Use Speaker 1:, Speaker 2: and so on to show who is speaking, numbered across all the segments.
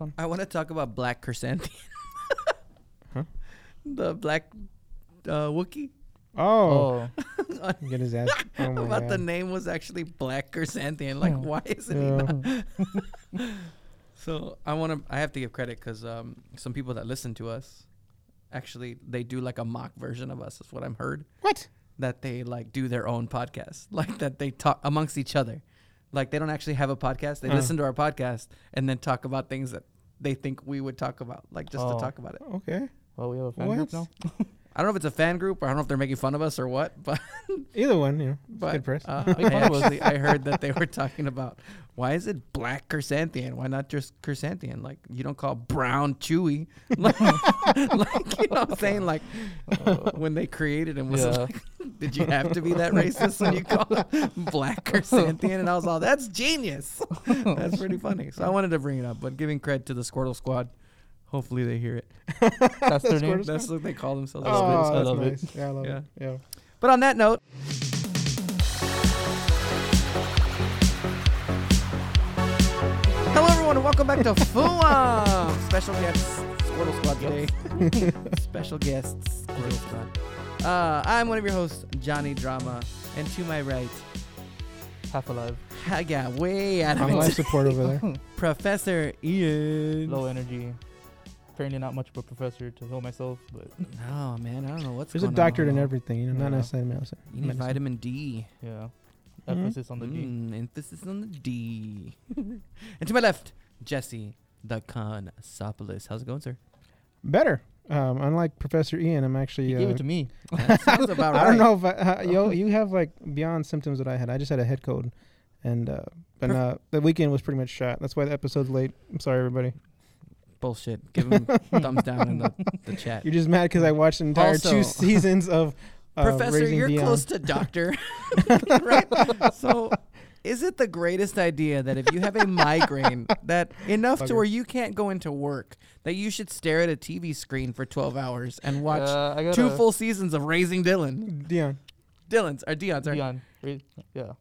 Speaker 1: one?
Speaker 2: I want to talk about Black Chrysanthemum. The Black uh, Wookie.
Speaker 3: Oh,
Speaker 1: Oh,
Speaker 3: get his ass. Oh my
Speaker 2: about the
Speaker 3: God.
Speaker 2: name was actually Black Chrysanthemum. Like,
Speaker 1: Oh.
Speaker 2: why isn't he
Speaker 3: Yeah.
Speaker 2: not? So I want to. I have to give credit because um, some people that listen to us, actually, they do like a mock version of us. Is what I'm heard
Speaker 3: What?
Speaker 2: that they like do their own podcast, like that they talk amongst each other, like they don't actually have a podcast. They
Speaker 3: Uh.
Speaker 2: listen to our podcast and then talk about things that they think we would talk about, like just
Speaker 1: Oh.
Speaker 2: to talk about it.
Speaker 3: Okay.
Speaker 1: well, we have a fan
Speaker 3: What?
Speaker 1: group now.
Speaker 2: I don't know if it's a fan group or I don't know if they're making fun of us or what, but
Speaker 3: Either one, you know. it's good
Speaker 2: but
Speaker 3: press.
Speaker 2: uh, I
Speaker 1: Make fun of us.
Speaker 2: actually I heard that they were talking about why is it black chrysanthemum? Why not just chrysanthemum? Like you don't call brown chewy, like, like, you know what I'm saying? Like uh, when they created him, was it
Speaker 1: Yeah.
Speaker 2: like, did you have to be that racist when you call it black chrysanthemum? And I was all that's genius. that's pretty funny. So I wanted to bring it up, but giving cred to the Squirtle Squad. Hopefully they hear it.
Speaker 1: That's their name.
Speaker 3: Squirtle's-
Speaker 2: That's what they call themselves.
Speaker 3: oh,
Speaker 1: I
Speaker 3: that's
Speaker 1: love it.
Speaker 3: nice. Yeah, I love
Speaker 2: Yeah.
Speaker 3: it. Yeah.
Speaker 2: But on that note, hello everyone and welcome back to FUWA! Special guests, Squirtle Squad today. Special guests, Squirtle Squad. Uh, I'm one of your hosts, Johnny Drama, and to my right,
Speaker 1: Half alive,
Speaker 2: I got way out
Speaker 3: I'm
Speaker 2: of
Speaker 3: life
Speaker 2: it,
Speaker 3: support over there.
Speaker 2: Professor Ian.
Speaker 1: low energy. Apparently not much of a professor to heal myself, but
Speaker 2: Oh man, I don't know what's
Speaker 3: There's a
Speaker 2: going
Speaker 3: doctorate
Speaker 2: on.
Speaker 3: in everything, you know, not
Speaker 1: Yeah.
Speaker 3: necessarily medicine.
Speaker 2: You need
Speaker 3: medicine.
Speaker 2: vitamin D.
Speaker 1: yeah.
Speaker 3: Mhm.
Speaker 1: Emphasis on the D.
Speaker 2: Mm, emphasis on the D. and to my left, Jesse the Consopoulos. How's it going, sir?
Speaker 3: Better. Um, unlike Professor Ian, I'm actually.
Speaker 1: He
Speaker 3: Uh,
Speaker 1: gave it to me.
Speaker 2: That sounds about right.
Speaker 3: I don't know if I, uh, yo you have like beyond symptoms that I had. I just had a head cold, and uh, but
Speaker 2: Perf-
Speaker 3: uh, the weekend was pretty much shot. That's why the episode's late. I'm sorry, everybody.
Speaker 2: Bullshit. Give him thumbs down in the, the chat.
Speaker 3: You're just mad because I watched the entire
Speaker 2: Also-
Speaker 3: two seasons of uh,
Speaker 2: Professor,
Speaker 3: Raising
Speaker 2: you're
Speaker 3: Dion.
Speaker 2: close to doctor, right? So, is it the greatest idea that if you have a migraine that enough to
Speaker 3: Bugger.
Speaker 2: where you can't go into work, that you should stare at a TV screen for 12 hours and watch
Speaker 1: Uh, I got
Speaker 2: two full seasons of Raising Dylan?
Speaker 3: Dion.
Speaker 2: Dylan's or Dion's? Sorry.
Speaker 1: Dion. Re- Yeah.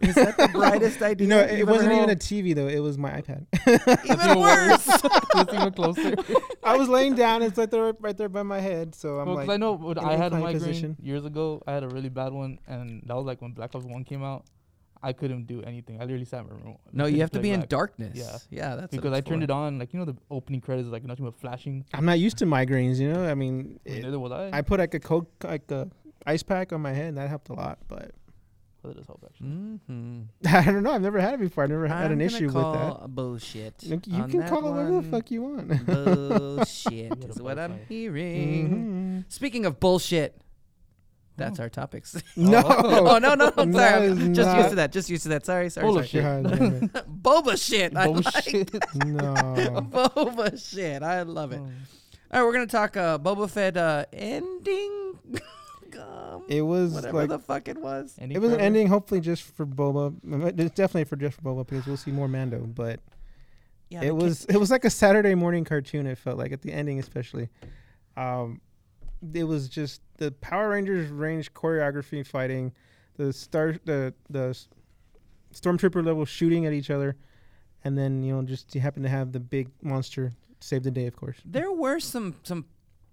Speaker 2: Is that the brightest idea?
Speaker 3: You know,
Speaker 2: you've
Speaker 3: it
Speaker 2: ever
Speaker 3: wasn't
Speaker 2: heard?
Speaker 3: even a TV though. It was my iPad.
Speaker 2: even worse.
Speaker 1: That's even closer.
Speaker 3: I was laying down. It's like they're right there by my head. So I'm
Speaker 1: Well, 'cause
Speaker 3: like,
Speaker 1: I know when
Speaker 3: in
Speaker 1: I
Speaker 3: an
Speaker 1: had a
Speaker 3: inclined
Speaker 1: migraine
Speaker 3: position.
Speaker 1: years ago, I had a really bad one, and that was like when Black Ops One came out. I couldn't do anything. I literally sat in my room.
Speaker 2: No, you have to
Speaker 1: Like
Speaker 2: be in
Speaker 1: that.
Speaker 2: darkness. Yeah,
Speaker 1: Yeah.
Speaker 2: yeah, that's
Speaker 1: because I turned it on. Like you know, the opening credits is like nothing but flashing.
Speaker 3: I'm not used to migraines. You know, I mean,
Speaker 1: and
Speaker 3: it-
Speaker 1: neither was I.
Speaker 3: I put like a coke, like a ice pack on my head, and that helped a lot. But
Speaker 1: Well, that does help actually.
Speaker 2: Mm-hmm.
Speaker 3: I don't know. I've never had it before. I've never had an issue with that.
Speaker 2: Bullshit.
Speaker 3: Look, You can call it whatever the fuck you want.
Speaker 2: bullshit is
Speaker 1: Little
Speaker 2: what I'm
Speaker 1: butterfly.
Speaker 2: hearing.
Speaker 3: Mhm.
Speaker 2: Speaking of bullshit,
Speaker 3: Oh.
Speaker 2: that's our topics.
Speaker 3: Mm-hmm. No.
Speaker 2: oh no no! I'm
Speaker 3: That
Speaker 2: sorry,
Speaker 3: is
Speaker 2: I'm just used
Speaker 3: not-
Speaker 2: to that. Just used to that. Sorry, sorry.
Speaker 1: Full
Speaker 2: sorry.
Speaker 1: of shit.
Speaker 3: God damn it.
Speaker 2: Boba shit. I like
Speaker 1: Bullshit.
Speaker 3: No.
Speaker 2: Boba shit. I love
Speaker 3: Mm.
Speaker 2: it.
Speaker 1: Oh.
Speaker 2: All right, we're gonna talk uh, Boba Fett uh, ending. um,
Speaker 3: It was
Speaker 2: whatever
Speaker 3: like
Speaker 2: the fuck it was.
Speaker 1: Ending
Speaker 3: it was an
Speaker 1: forever?
Speaker 3: ending, hopefully just for Boba. It's definitely for just for Boba because we'll see more Mando. But
Speaker 2: Yeah, the
Speaker 3: it was it was like a Saturday morning cartoon. It felt like at the ending, especially. Um, it was just the Power Rangers range choreography fighting, the star the the s- stormtrooper level shooting at each other, and then you know just you happen to have the big monster save the day, of course.
Speaker 2: there were some some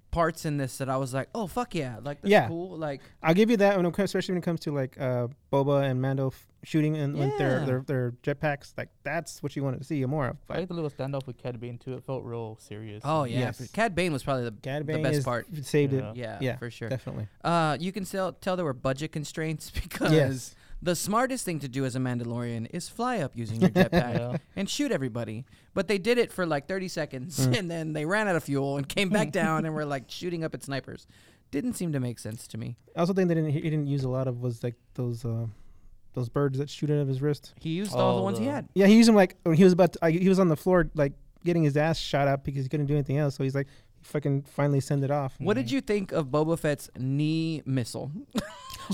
Speaker 2: parts in this that I was like, oh fuck yeah, like that's
Speaker 3: Yeah.
Speaker 2: cool. Like
Speaker 3: I'll give you that, when it comes, especially when it comes to like uh, Boba and Mando f- shooting and with
Speaker 2: Yeah.
Speaker 3: their, their their jetpacks. Like that's what you wanted to see more of.
Speaker 1: I
Speaker 3: But
Speaker 1: like the little standoff with Cad Bane too. It felt real serious.
Speaker 2: oh yeah,
Speaker 3: Yes.
Speaker 2: for- Cad Bane was probably the
Speaker 3: Cad
Speaker 2: the
Speaker 3: Bane
Speaker 2: best
Speaker 3: is-
Speaker 2: part.
Speaker 3: saved
Speaker 1: Yeah.
Speaker 3: it.
Speaker 2: Yeah,
Speaker 3: yeah,
Speaker 2: for sure.
Speaker 3: Definitely.
Speaker 2: Uh, you can tell tell there were budget constraints because
Speaker 3: Yes.
Speaker 2: the smartest thing to do as a Mandalorian is fly up using your jetpack
Speaker 1: Yeah.
Speaker 2: and shoot everybody. But they did it for like 30 seconds
Speaker 3: Mm.
Speaker 2: and then they ran out of fuel and came back down and were like shooting up at snipers. Didn't seem to make sense to me.
Speaker 3: I also think they didn't he didn't use a lot of was like those uh, those birds that shoot out of his wrist.
Speaker 2: He used all the
Speaker 1: Oh,
Speaker 2: ones he
Speaker 1: the-
Speaker 2: had.
Speaker 3: Yeah, he used them like when he was about to, like, he was on the floor like getting his ass shot up because he couldn't do anything else. So he's like, fucking finally send it off.
Speaker 2: What did you think of Boba Fett's knee missile?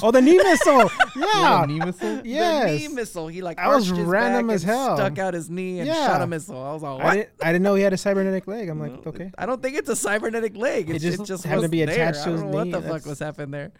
Speaker 3: Oh, the knee missile.
Speaker 1: Yeah.
Speaker 3: Yeah.
Speaker 1: Knee missile.
Speaker 2: The knee
Speaker 3: Yes.
Speaker 2: missile. He like
Speaker 3: That was
Speaker 2: arched his
Speaker 3: random
Speaker 2: back
Speaker 3: as
Speaker 2: and
Speaker 3: hell.
Speaker 2: Stuck out his knee and shot
Speaker 3: Yeah.
Speaker 2: a missile. I was all
Speaker 3: I
Speaker 2: what?
Speaker 3: didn't, I didn't know he had a cybernetic leg. I'm like, okay,
Speaker 2: I don't think it's a cybernetic leg. It's, it just,
Speaker 3: just
Speaker 2: it just
Speaker 3: happened to
Speaker 2: was
Speaker 3: be
Speaker 2: there.
Speaker 3: attached
Speaker 2: I
Speaker 3: to
Speaker 2: don't
Speaker 3: his
Speaker 2: know what
Speaker 3: knee.
Speaker 2: the
Speaker 3: That's-
Speaker 2: fuck was happening there.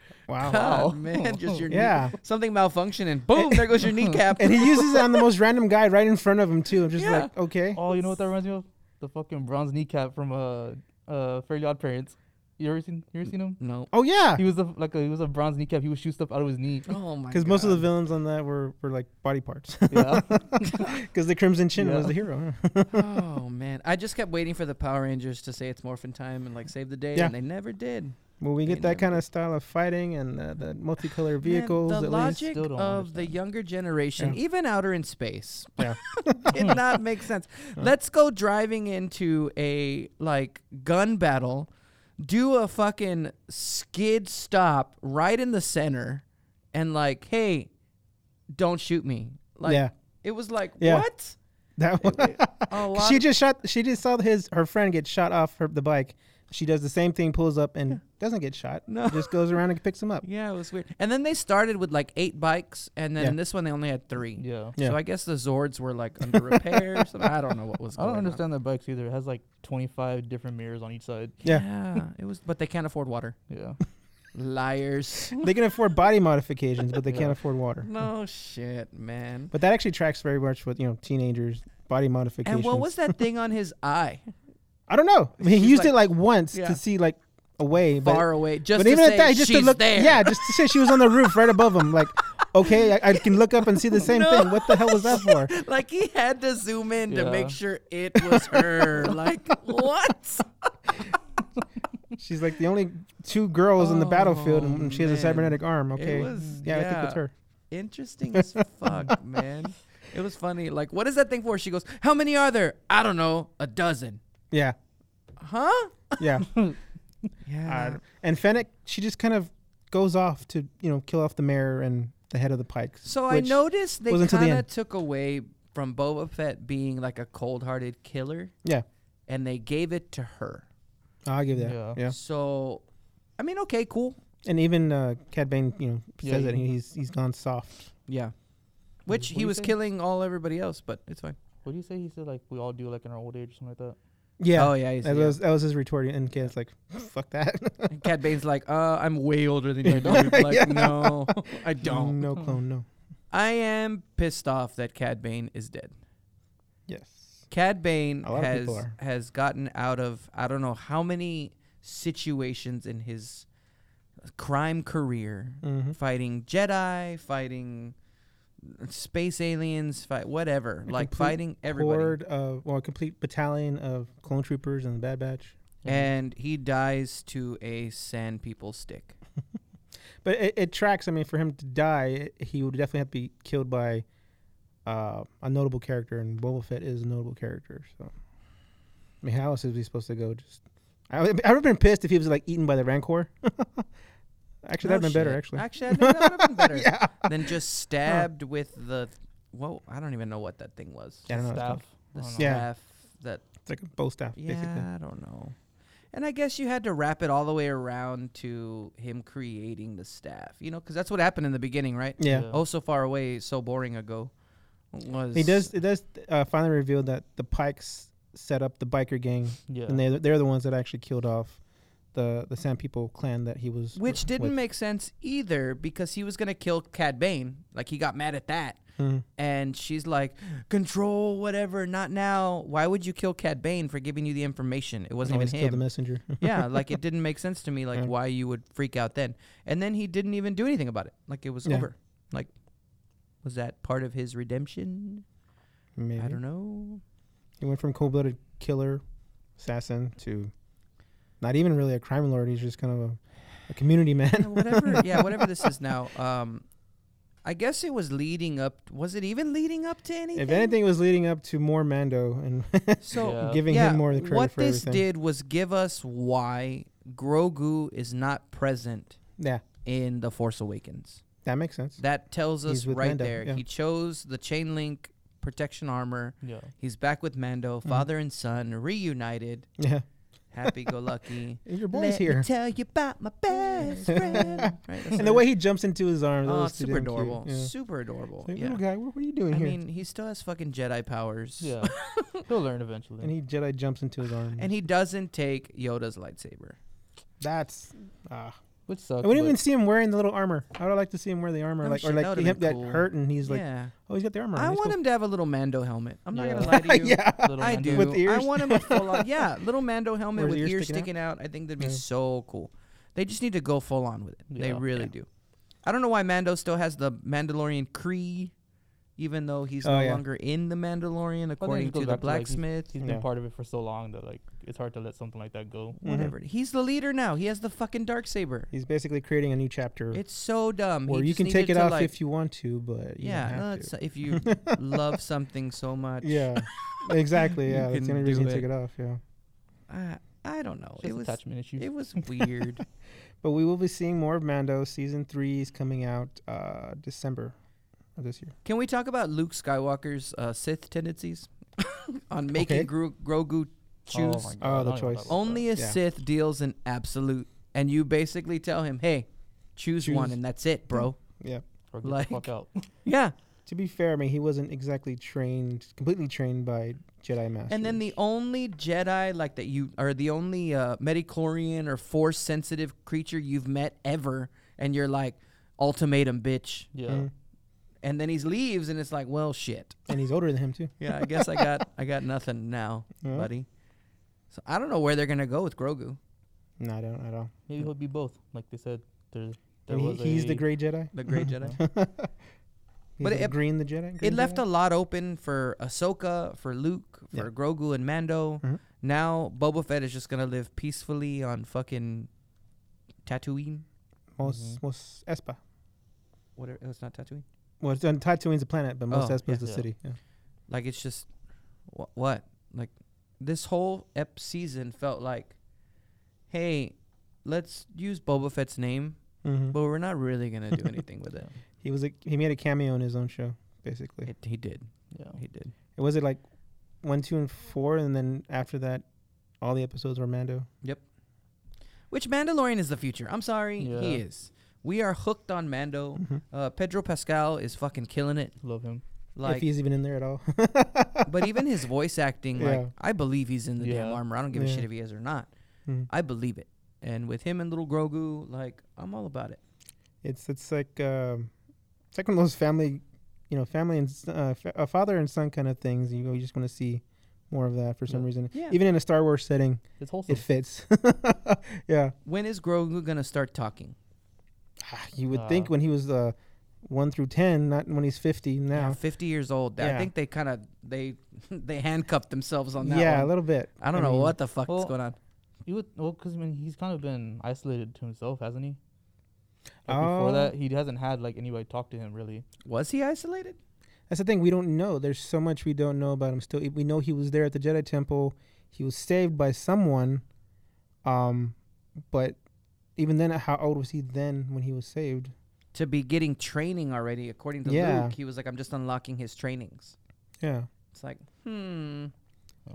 Speaker 3: wow.
Speaker 2: God, man, just your knee-
Speaker 3: Yeah.
Speaker 2: something malfunctioned and boom, there goes your kneecap.
Speaker 3: and he uses it on the most random guy right in front of him too. I'm just
Speaker 2: Yeah. Oh.
Speaker 3: like, okay,
Speaker 1: Oh, you know what that reminds me of? the fucking bronze kneecap from uh uh Fairly Odd Parents. You ever seen you ever seen him?
Speaker 2: No.
Speaker 3: Oh yeah,
Speaker 1: He was a, like a, he was a bronze kneecap. He would shoot stuff out of his knee.
Speaker 2: Oh my.
Speaker 3: because most of the
Speaker 2: God.
Speaker 3: villains on that were were like body parts.
Speaker 1: Yeah.
Speaker 3: Because the Crimson Chin
Speaker 1: Yeah.
Speaker 3: was the hero.
Speaker 2: oh man, I just kept waiting for the Power Rangers to say it's morphin time and like save the day,
Speaker 3: Yeah.
Speaker 2: and they never did.
Speaker 3: When we
Speaker 2: They
Speaker 3: get that
Speaker 2: never
Speaker 3: kind of style of fighting and uh, the multicolored
Speaker 2: Man,
Speaker 3: vehicles,
Speaker 2: the
Speaker 3: at least.
Speaker 2: logic
Speaker 1: Still
Speaker 2: of
Speaker 1: don't
Speaker 2: the
Speaker 1: understand.
Speaker 2: younger generation,
Speaker 3: Yeah.
Speaker 2: even outer in space,
Speaker 3: Yeah.
Speaker 2: did not make sense. Let's go driving into a like gun battle, do a fucking skid stop right in the center, and like, hey, don't shoot me. Like,
Speaker 3: yeah,
Speaker 2: It was like
Speaker 3: Yeah.
Speaker 2: what?
Speaker 3: that one.
Speaker 2: A
Speaker 3: 'Cause
Speaker 2: lot
Speaker 3: she
Speaker 2: of-
Speaker 3: just shot. She just saw his her friend get shot off her, the bike. She does the same thing, pulls up and doesn't get shot.
Speaker 2: No.
Speaker 3: just goes around and picks him up.
Speaker 2: yeah, it was weird. And then they started with like eight bikes, and then
Speaker 3: Yeah.
Speaker 2: in this one they only had three.
Speaker 1: yeah.
Speaker 3: Yeah.
Speaker 2: So I guess the Zords were like under repair or something. I don't know what was
Speaker 1: I
Speaker 2: going on.
Speaker 1: don't understand the bikes either. It has like 25 different mirrors on each side.
Speaker 3: Yeah.
Speaker 2: Yeah, it was, but they can't afford water.
Speaker 1: Yeah.
Speaker 2: Liars.
Speaker 3: They can afford body modifications, but they can't
Speaker 1: Yeah.
Speaker 3: afford water.
Speaker 2: no shit, man.
Speaker 3: But that actually tracks very much with you know teenagers body modifications.
Speaker 2: And what was that thing on his eye?
Speaker 3: I don't know. He
Speaker 2: He's
Speaker 3: used
Speaker 2: like-
Speaker 3: it like once
Speaker 2: Yeah.
Speaker 3: to see like away, but
Speaker 2: Far away. Just
Speaker 3: but
Speaker 2: to
Speaker 3: even
Speaker 2: say
Speaker 3: at that, just
Speaker 2: she's
Speaker 3: to look.
Speaker 2: there.
Speaker 3: Yeah, just to say she was on the roof right above him. Like, okay, I, I can look up and see the same
Speaker 2: No.
Speaker 3: thing. What the hell was that for?
Speaker 2: Like he had to zoom in to
Speaker 1: Yeah.
Speaker 2: make sure it was her. like what?
Speaker 3: She's like the only two girls in the battlefield, and, and she has a
Speaker 2: Oh, man.
Speaker 3: cybernetic arm.
Speaker 2: It
Speaker 3: Okay,
Speaker 2: was-
Speaker 3: yeah, I think
Speaker 2: yeah.
Speaker 3: it's her.
Speaker 2: Interesting as fuck, man. It was funny. Like, what is that thing for? She goes, "How many are there?" I don't know. A dozen.
Speaker 3: Yeah,
Speaker 2: Huh?
Speaker 3: yeah.
Speaker 2: Yeah.
Speaker 3: Uh, and Fennec, she just kind of goes off to you know kill off the mayor and the head of the Pikes.
Speaker 2: So I
Speaker 3: which-
Speaker 2: noticed they
Speaker 3: was until the
Speaker 2: kind of
Speaker 3: end.
Speaker 2: took away from Boba Fett being like a cold-hearted killer,
Speaker 3: Yeah,
Speaker 2: and they gave it to her.
Speaker 3: I'll give that. Yeah,
Speaker 1: Yeah.
Speaker 2: So, I mean, okay, cool.
Speaker 3: and even uh, Cad Bane, you know,
Speaker 1: Yeah,
Speaker 3: says
Speaker 1: he-
Speaker 3: that he's he's gone soft.
Speaker 2: Yeah. Which
Speaker 1: What do
Speaker 2: he
Speaker 1: you
Speaker 2: was
Speaker 1: say?
Speaker 2: killing all everybody else, but it's fine.
Speaker 1: What do you say? He said like we all do like in our old age or something like that.
Speaker 3: Yeah.
Speaker 2: Oh yeah. He's,
Speaker 3: That was that was his retort, and Cad's like, "Fuck that,
Speaker 2: And Cad Bane's like, uh, I'm way older than you. dude." Like,
Speaker 3: Yeah. Mm.
Speaker 2: no, I don't.
Speaker 3: no clone, no."
Speaker 2: I am pissed off that Cad Bane is dead.
Speaker 3: Yes,
Speaker 2: Cad Bane
Speaker 3: A lot of
Speaker 2: has
Speaker 3: people are.
Speaker 2: has gotten out of I don't know how many situations in his crime career,
Speaker 3: Mhm.
Speaker 2: fighting Jedi, fighting space aliens, fight whatever,
Speaker 3: A
Speaker 2: like
Speaker 3: complete
Speaker 2: fighting everybody.
Speaker 3: horde of well, a complete battalion of clone troopers and the Bad Batch. Eh,
Speaker 2: and he dies to a sand people stick.
Speaker 3: But it, it tracks. I mean, for him to die, it- he would definitely have to be killed by uh, a notable character, and Boba Fett is a notable character. So, I mean, how else is he supposed to go? Just I, would- I would have been pissed if he was like eaten by the Rancor. actually, that'd
Speaker 2: No
Speaker 3: been better.
Speaker 2: shit.
Speaker 3: Actually,
Speaker 2: actually, I think that would have been better than just stabbed with the. Whoa, I don't even know what that thing was.
Speaker 3: Yeah, I don't know. what it's
Speaker 1: Staff.
Speaker 3: called.
Speaker 2: The
Speaker 1: I don't know.
Speaker 3: Yeah.
Speaker 2: staff that
Speaker 3: It's like a bow staff,
Speaker 2: Yeah,
Speaker 3: basically.
Speaker 2: I don't know. And I guess you had to wrap it all the way around to him creating the staff, you know, because that's what happened in the beginning, right?
Speaker 3: Yeah.
Speaker 1: Yeah.
Speaker 2: Oh, so far away, so boring ago. Was
Speaker 3: He does. It does uh, finally reveal that the Pikes set up the biker gang,
Speaker 1: Yeah.
Speaker 3: and they they're the ones that actually killed off the the Sand People clan that he was.
Speaker 2: which didn't
Speaker 3: with.
Speaker 2: make sense either because he was gonna kill Cad Bane, like he got mad at that,
Speaker 3: Mhm.
Speaker 2: and she's like, "Control, whatever, not now." Why would you kill Cad Bane for giving you the information? It wasn't
Speaker 3: Always
Speaker 2: even
Speaker 3: kill the
Speaker 2: him.
Speaker 3: messenger.
Speaker 2: yeah, like it didn't make sense to me, like
Speaker 3: Yeah.
Speaker 2: why you would freak out then. And then he didn't even do anything about it. Like it was
Speaker 3: Yeah.
Speaker 2: over. Like was that part of his redemption?
Speaker 3: Maybe.
Speaker 2: I don't know.
Speaker 3: He went from cold blooded killer, assassin to not even really a crime lord. He's just kind of a, a community
Speaker 2: Yeah,
Speaker 3: man.
Speaker 2: whatever. yeah, whatever this is now. Um, I guess it was leading up. Was it even leading up to anything?
Speaker 3: if anything, it was leading up to more Mando and
Speaker 2: so
Speaker 1: Yeah.
Speaker 3: giving
Speaker 2: yeah,
Speaker 3: him more of the credit
Speaker 2: what
Speaker 3: for
Speaker 2: this
Speaker 3: everything.
Speaker 2: did was give us why Grogu is not present
Speaker 3: Yeah,
Speaker 2: in the Force Awakens.
Speaker 3: that makes sense.
Speaker 2: That tells us
Speaker 3: He's with
Speaker 2: right
Speaker 3: Mando,
Speaker 2: there.
Speaker 3: yeah.
Speaker 2: He chose the chain link protection armor.
Speaker 1: Yeah.
Speaker 2: He's back with Mando,
Speaker 3: Mm-hmm.
Speaker 2: father and son, reunited,
Speaker 3: yeah,
Speaker 2: happy go lucky.
Speaker 3: your boy's
Speaker 2: Let
Speaker 3: here.
Speaker 2: Me tell you about my best friend. right, that's
Speaker 3: and the
Speaker 2: it.
Speaker 3: way he jumps into his arms, that
Speaker 2: oh,
Speaker 3: was too
Speaker 2: super
Speaker 3: damn cute.
Speaker 2: adorable,
Speaker 3: Yeah.
Speaker 2: super adorable.
Speaker 3: It's like,
Speaker 2: yeah,
Speaker 3: Little guy, what, what are you doing
Speaker 2: I
Speaker 3: here?
Speaker 2: mean, he still has fucking Jedi powers.
Speaker 1: Yeah. He'll learn eventually.
Speaker 3: and he Jedi jumps into his arms.
Speaker 2: and he doesn't take Yoda's lightsaber.
Speaker 3: that's ah,
Speaker 1: which sucks.
Speaker 3: I wouldn't
Speaker 1: but-
Speaker 3: even see him wearing the little armor. I would like to see him wear the armor,
Speaker 2: No
Speaker 3: like
Speaker 2: Oh, shit,
Speaker 3: or
Speaker 2: that
Speaker 3: like
Speaker 2: would've
Speaker 3: him
Speaker 2: been
Speaker 3: that
Speaker 2: cool.
Speaker 3: hurt, and he's like,
Speaker 2: yeah.
Speaker 3: oh, he's got the armor.
Speaker 2: I
Speaker 3: on. He's
Speaker 2: want
Speaker 3: cool."
Speaker 2: him to have a little Mando helmet. I'm not
Speaker 1: Yeah.
Speaker 2: gonna lie to you.
Speaker 3: yeah,
Speaker 1: Little
Speaker 2: I
Speaker 1: Mando.
Speaker 2: do.
Speaker 3: With
Speaker 2: I
Speaker 3: ears?
Speaker 2: want him to full on. Yeah, little Mando helmet
Speaker 3: Where's
Speaker 2: with
Speaker 3: the
Speaker 2: ears,
Speaker 3: ears sticking out?
Speaker 2: sticking out. I think that'd be
Speaker 3: Yeah.
Speaker 2: so cool. They just need to go full on with it. They
Speaker 1: Yeah.
Speaker 2: really do. I don't know why Mando still has the Mandalorian Cree, even though he's
Speaker 3: Oh,
Speaker 2: no
Speaker 3: yeah.
Speaker 2: longer in the Mandalorian, according
Speaker 1: goes
Speaker 2: to the
Speaker 1: back to, like, he's-
Speaker 2: blacksmith.
Speaker 1: He's
Speaker 3: Yeah.
Speaker 1: been part of it for so long that like it's hard to let something like that go.
Speaker 3: Mhm.
Speaker 2: whatever. He's the leader now. He has the fucking dark saber.
Speaker 3: He's basically creating a new chapter,
Speaker 2: It's so dumb.
Speaker 3: or
Speaker 2: He
Speaker 3: you
Speaker 2: just
Speaker 3: can
Speaker 2: needed
Speaker 3: take it
Speaker 2: to,
Speaker 3: off
Speaker 2: like-
Speaker 3: if you want to, but you
Speaker 2: yeah,
Speaker 3: don't
Speaker 2: no,
Speaker 3: have
Speaker 2: it's-
Speaker 3: to.
Speaker 2: if you love something so much.
Speaker 3: yeah, exactly.
Speaker 2: You
Speaker 3: Yeah, that's
Speaker 2: can
Speaker 3: the only
Speaker 2: do
Speaker 3: reason
Speaker 2: it.
Speaker 3: he took it off. Yeah,
Speaker 2: I, I don't know.
Speaker 1: It's just
Speaker 2: it was
Speaker 1: attachment issues.
Speaker 2: it was weird.
Speaker 3: but we will be seeing more of Mando. Season three is coming out uh December of this year.
Speaker 2: Can we talk about Luke Skywalker's uh, Sith tendencies on making
Speaker 3: Okay.
Speaker 2: Gro- Grogu choose?
Speaker 1: my God,
Speaker 3: Oh, the
Speaker 1: I don't even know
Speaker 3: choice.
Speaker 1: about
Speaker 2: Only a
Speaker 3: Yeah.
Speaker 2: Sith deals in absolute, and you basically tell him, "Hey, choose, one,
Speaker 3: Choose. Mm.
Speaker 2: and that's it, bro."
Speaker 3: Yeah.
Speaker 1: that. Or get
Speaker 2: like-
Speaker 1: the fuck out.
Speaker 2: yeah.
Speaker 3: To be fair, I mean he wasn't exactly trained, completely trained by Jedi Master.
Speaker 2: And then the only Jedi like that you are the only uh, Medichlorian or Force sensitive creature you've met ever, and you're like, "Ultimatum, bitch!"
Speaker 1: Yeah.
Speaker 2: And then he leaves, and it's like, "Well, shit."
Speaker 3: Mm. and he's older than him too.
Speaker 2: Yeah, I guess I got I got nothing now,
Speaker 3: Yeah.
Speaker 2: buddy. So I don't know where they're gonna go with Grogu.
Speaker 3: No, I don't at all.
Speaker 1: Maybe he'll be both. Like they said, there,
Speaker 3: I
Speaker 1: there
Speaker 3: mean,
Speaker 1: was
Speaker 3: he, he's
Speaker 1: a- Mm.
Speaker 3: the Great Jedi.
Speaker 2: The Great Jedi.
Speaker 3: He's
Speaker 2: But
Speaker 3: the
Speaker 2: it-
Speaker 3: Green the Jedi.
Speaker 2: it
Speaker 3: Green
Speaker 2: left
Speaker 3: Mm-hmm. Jedi?
Speaker 2: a lot open for Ahsoka, for Luke, for
Speaker 3: Yeah.
Speaker 2: Grogu and Mando.
Speaker 3: Mhm.
Speaker 2: Now Boba Fett is just gonna live peacefully on fucking Tatooine.
Speaker 3: Most
Speaker 1: Mhm.
Speaker 3: most Espa.
Speaker 2: Whatever. Oh, it's not Tatooine.
Speaker 3: Well, it's on Tatooine's a planet, but most
Speaker 2: Oh,
Speaker 3: Espa
Speaker 2: yeah.
Speaker 3: is the
Speaker 1: Yeah.
Speaker 3: city. Yeah.
Speaker 2: Like it's just wha what like this whole ep season felt like, hey, let's use Boba Fett's name,
Speaker 3: Mhm.
Speaker 2: but we're not really gonna do anything with it.
Speaker 3: He was a, he made a cameo in his own show, basically. It,
Speaker 2: it. He did.
Speaker 1: Yeah.
Speaker 2: He did.
Speaker 3: was it like one, two, and four, and then after that, all the episodes were Mando.
Speaker 2: Which Mandalorian is the future? I'm sorry, he
Speaker 1: Yeah.
Speaker 2: is. We are hooked on Mando.
Speaker 3: Mhm.
Speaker 2: Uh, Pedro Pascal is fucking killing it.
Speaker 1: Love him.
Speaker 3: if
Speaker 2: Like,
Speaker 3: he's even in there at all.
Speaker 2: but even his voice acting, like,
Speaker 3: Yeah.
Speaker 2: I believe he's in the damn
Speaker 1: Yeah.
Speaker 2: armor. I don't give a
Speaker 3: Yeah.
Speaker 2: shit if he is or not.
Speaker 3: Mhm.
Speaker 2: I believe it. And with him and little Grogu, like, I'm all about it.
Speaker 3: It's it's like um, it's like one of those family, you know, family and s- uh, fa- uh, father and son kind of things. You, know, you just want to see more of that for some
Speaker 1: Yeah.
Speaker 3: reason.
Speaker 2: Yeah.
Speaker 3: Even in a Star Wars setting,
Speaker 1: It's wholesome.
Speaker 3: it fits. yeah,
Speaker 2: When is Grogu gonna start talking?
Speaker 3: Ah, you would
Speaker 1: Uh,
Speaker 3: think when he was uh, one through ten, not when he's fifty now.
Speaker 2: 50 years old. I
Speaker 3: Yeah.
Speaker 2: think they kind of they they handcuffed themselves on
Speaker 3: Yeah,
Speaker 2: that
Speaker 3: a
Speaker 2: one.
Speaker 3: little bit.
Speaker 2: I don't know
Speaker 3: mean,
Speaker 2: what the fuck is
Speaker 1: Well,
Speaker 2: going on.
Speaker 1: You would well, because I mean, he's kind of been isolated to himself, hasn't he? Like
Speaker 3: Oh.
Speaker 1: before that, he hasn't had like anybody talk to him really.
Speaker 2: Was he isolated?
Speaker 3: That's the thing. We don't know. There's so much we don't know about him. Still, we know he was there at the Jedi Temple. He was saved by someone, um, but even then, how old was he then when he was saved?
Speaker 2: to be getting training already. According to
Speaker 3: Yeah.
Speaker 2: Luke, he was like, "I'm just unlocking his trainings."
Speaker 3: Yeah.
Speaker 2: It's like, hmm,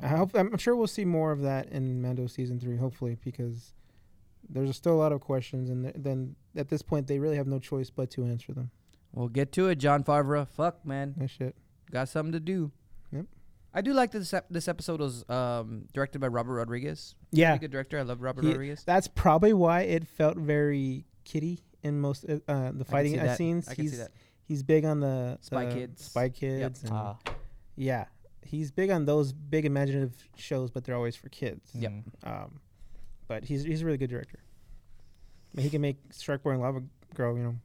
Speaker 3: I
Speaker 1: Uh,
Speaker 3: hope I'm sure we'll see more of that in Mando season three, hopefully, because there's still a lot of questions, and th- then at this point they really have no choice but to answer them.
Speaker 2: we'll get to it, John Favreau. Fuck, man,
Speaker 3: That shit.
Speaker 2: got something to do.
Speaker 3: Yep.
Speaker 2: I do like that this ep- this episode was um, directed by Robert Rodriguez.
Speaker 3: Yeah,
Speaker 2: Pretty good director. I love Robert
Speaker 3: He-
Speaker 2: Rodriguez.
Speaker 3: that's probably why it felt very kitty in most uh, uh, the
Speaker 2: I can see
Speaker 3: fighting uh,
Speaker 2: that.
Speaker 3: scenes.
Speaker 2: I can
Speaker 3: he's
Speaker 2: see that.
Speaker 3: he's big on the
Speaker 2: Spy
Speaker 3: the
Speaker 2: Kids.
Speaker 3: Spy Kids. and-
Speaker 1: Ah,
Speaker 3: Yeah, he's big on those big imaginative shows, but they're always for kids.
Speaker 2: Yep.
Speaker 1: mm.
Speaker 3: Um, but he's he's a really good director. I mean, he can make Sharkboy and Lava Girl, you know,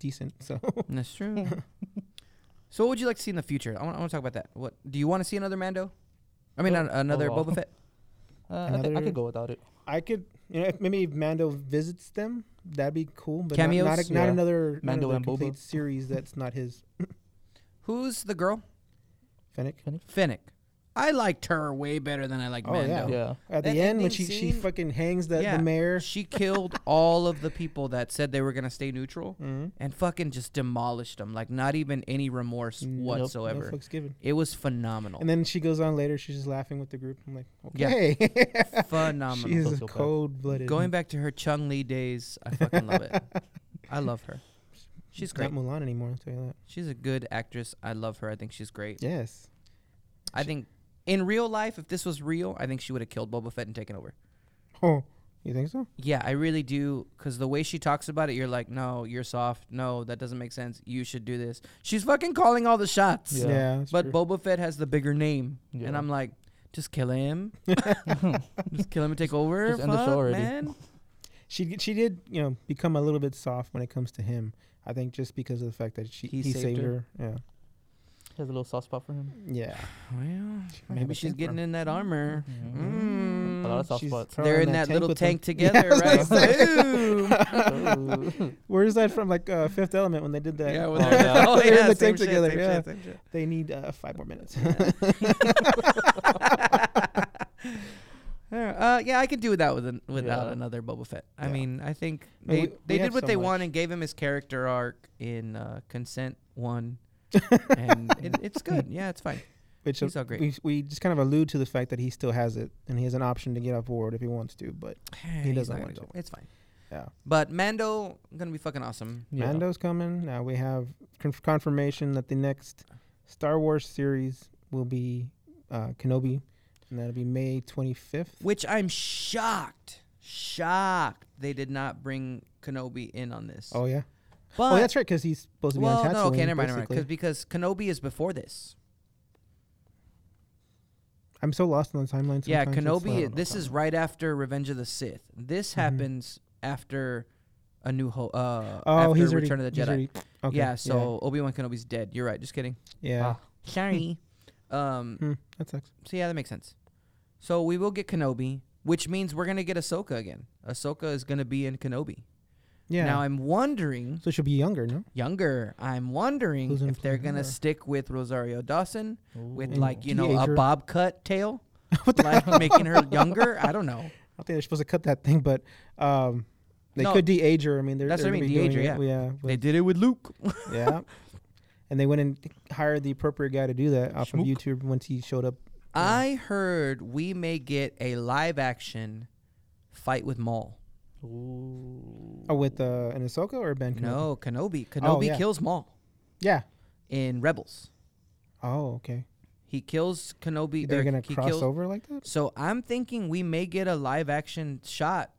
Speaker 3: decent. So.
Speaker 2: That's true. so, what would you like to see in the future? I want, I want to talk about that. What do you want to see another Mando? I mean,
Speaker 1: Oh,
Speaker 2: an- another
Speaker 1: overall.
Speaker 2: Boba Fett.
Speaker 1: Uh, I, think I
Speaker 3: Another-
Speaker 1: could go without it.
Speaker 3: I could, you know, if maybe if Mando visits them, that'd be cool. But not-
Speaker 2: Cameos?
Speaker 3: not, not,
Speaker 1: Yeah.
Speaker 3: another not
Speaker 1: Mando
Speaker 3: another
Speaker 1: and Boba.
Speaker 3: complete series that's not his.
Speaker 2: Who's the girl?
Speaker 3: Fennec.
Speaker 2: Finnick. I liked her way better than I like
Speaker 3: Oh,
Speaker 2: Mando.
Speaker 3: Yeah.
Speaker 1: Yeah.
Speaker 2: That
Speaker 3: At the end,
Speaker 2: ending
Speaker 3: when she, she
Speaker 2: scene-
Speaker 3: fucking hangs the,
Speaker 2: Yeah.
Speaker 3: the mayor.
Speaker 2: She killed all of the people that said they were gonna stay neutral
Speaker 3: Mhm.
Speaker 2: and fucking just demolished them. Like not even any remorse
Speaker 3: Nope,
Speaker 2: whatsoever.
Speaker 3: No fucks given.
Speaker 2: it was phenomenal.
Speaker 3: And then she goes on later. She's just laughing with the group. I'm like,
Speaker 2: Yeah.
Speaker 3: okay.
Speaker 2: phenomenal.
Speaker 3: she
Speaker 1: Feel
Speaker 3: is
Speaker 1: so bad.
Speaker 3: cold blooded.
Speaker 2: Going back to her Chung Li days, I fucking love it. I love her. She's great.
Speaker 3: Not Mulan anymore. I'll tell you that.
Speaker 2: She's a good actress. I love her. I think she's great.
Speaker 3: Yes.
Speaker 2: I think in real life, if this was real, I think she would have killed Boba Fett and taken over.
Speaker 3: Oh, You think so?
Speaker 2: Yeah, I really do. Because the way she talks about it, you're like, no, you're soft. No, that doesn't make sense. You should do this. She's fucking calling all the shots.
Speaker 1: Yeah.
Speaker 3: that's
Speaker 2: But
Speaker 3: true.
Speaker 2: Boba Fett has the bigger name.
Speaker 1: Yeah.
Speaker 2: And I'm like, just kill him. just kill him and take over.
Speaker 1: Just end the show
Speaker 2: Fuck,
Speaker 1: already.
Speaker 2: Man.
Speaker 3: she she did you know become a little bit soft when it comes to him. I think just because of the fact that she
Speaker 2: He
Speaker 3: he,
Speaker 2: saved
Speaker 3: saved,
Speaker 2: her.
Speaker 3: her.
Speaker 1: He has a little soft spot for him.
Speaker 3: Yeah,
Speaker 2: Well,
Speaker 3: might have
Speaker 2: maybe
Speaker 3: a
Speaker 2: she's
Speaker 3: temper.
Speaker 2: getting in that armor.
Speaker 1: A lot of
Speaker 2: Mm.
Speaker 1: soft
Speaker 3: She's-
Speaker 1: spots.
Speaker 3: Throw
Speaker 2: They're
Speaker 3: her
Speaker 2: in that, little
Speaker 3: with them.
Speaker 2: tank
Speaker 3: Yeah,
Speaker 2: together,
Speaker 3: I
Speaker 2: right?
Speaker 3: was gonna say.
Speaker 2: Boom.
Speaker 1: Oh.
Speaker 3: yeah. Where is that from? Like uh, Fifth Element when they did that.
Speaker 2: Yeah, well,
Speaker 1: Oh, yeah.
Speaker 2: Oh,
Speaker 3: They're in
Speaker 2: yeah,
Speaker 3: the
Speaker 2: same
Speaker 3: tank
Speaker 2: shit,
Speaker 3: together.
Speaker 2: same
Speaker 3: yeah,
Speaker 2: shit, same shit.
Speaker 3: they need uh, five more minutes.
Speaker 2: Yeah, uh, yeah, I could do without with an, without
Speaker 1: Yeah.
Speaker 2: another Boba Fett. I
Speaker 3: Yeah.
Speaker 2: mean, I think
Speaker 3: No,
Speaker 2: they,
Speaker 3: we-
Speaker 2: they
Speaker 3: we
Speaker 2: did
Speaker 3: have
Speaker 2: what
Speaker 3: so
Speaker 2: they want
Speaker 3: much.
Speaker 2: and gave him his character arc in uh, Consent One, and it, it's good. Yeah, it's fine.
Speaker 3: Which
Speaker 2: He's
Speaker 3: uh,
Speaker 2: all great.
Speaker 3: we we just kind of allude to the fact that he still has it and he has an option to get off board if he wants to. But
Speaker 2: He's not
Speaker 3: doesn't
Speaker 2: gonna
Speaker 3: want
Speaker 2: go.
Speaker 3: to.
Speaker 2: It's fine.
Speaker 3: yeah,
Speaker 2: But Mando gonna be fucking awesome.
Speaker 1: Yeah.
Speaker 3: Mando's coming. Now we have conf- confirmation that the next Star Wars series will be uh, Kenobi, and that'll be May twenty fifth.
Speaker 2: Which I'm shocked, shocked they did not bring Kenobi in on this.
Speaker 3: Oh yeah.
Speaker 2: but
Speaker 3: oh, that's right, because he's supposed to be
Speaker 2: well,
Speaker 3: on Tatooine.
Speaker 2: no, okay, never mind, never mind.
Speaker 3: basically.
Speaker 2: 'cause- Because Kenobi is before this.
Speaker 3: I'm so lost on the timeline.
Speaker 2: yeah,
Speaker 3: sometimes, it's like-
Speaker 2: Kenobi. This is right after Revenge of the Sith. This
Speaker 3: Mm-hmm.
Speaker 2: happens after a new hope. Uh,
Speaker 3: Oh,
Speaker 2: after
Speaker 3: he's already,
Speaker 2: Return of the
Speaker 3: he's
Speaker 2: Jedi.
Speaker 3: already- okay,
Speaker 2: Yeah, so Obi Wan Kenobi's dead. You're right. Just kidding.
Speaker 3: yeah, yeah.
Speaker 1: Ah.
Speaker 2: Sorry. um.
Speaker 3: Hmm, that sucks.
Speaker 2: So yeah, that makes sense. So we will get Kenobi, which means we're gonna get Ahsoka again. Ahsoka is gonna be in Kenobi.
Speaker 3: Yeah.
Speaker 2: Now I'm wondering,
Speaker 3: so she'll be younger, no?
Speaker 2: younger. I'm wondering
Speaker 3: Who's in
Speaker 2: if they're
Speaker 3: play
Speaker 2: gonna
Speaker 3: her?
Speaker 2: stick with Rosario Dawson with
Speaker 3: And
Speaker 2: like you know a
Speaker 3: de-age her.
Speaker 2: bob cut tail, like making her younger. I don't know.
Speaker 3: I think they're supposed to cut that thing, but um, they
Speaker 2: No.
Speaker 3: could de-age her. I mean, they're
Speaker 2: That's what I
Speaker 3: they're gonna
Speaker 2: mean,
Speaker 3: be doing
Speaker 2: de-age her,
Speaker 3: it, yeah,
Speaker 2: They
Speaker 3: but-
Speaker 2: did it with Luke.
Speaker 3: yeah. And they went and hired the appropriate guy to do that off
Speaker 1: Schmook.
Speaker 3: of YouTube once he showed up.
Speaker 2: I heard we may get a live action fight with Maul.
Speaker 1: Ooh.
Speaker 3: Oh, with uh, an Ahsoka or Ben? Kenobi?
Speaker 2: No, Kenobi. Kenobi
Speaker 3: Oh, yeah.
Speaker 2: kills Maul
Speaker 3: Yeah.
Speaker 2: in Rebels.
Speaker 3: Oh, okay.
Speaker 2: He kills Kenobi.
Speaker 3: They're
Speaker 2: or
Speaker 3: gonna
Speaker 2: he
Speaker 3: cross
Speaker 2: kills-
Speaker 3: over like that.
Speaker 2: So I'm thinking we may get a live action shot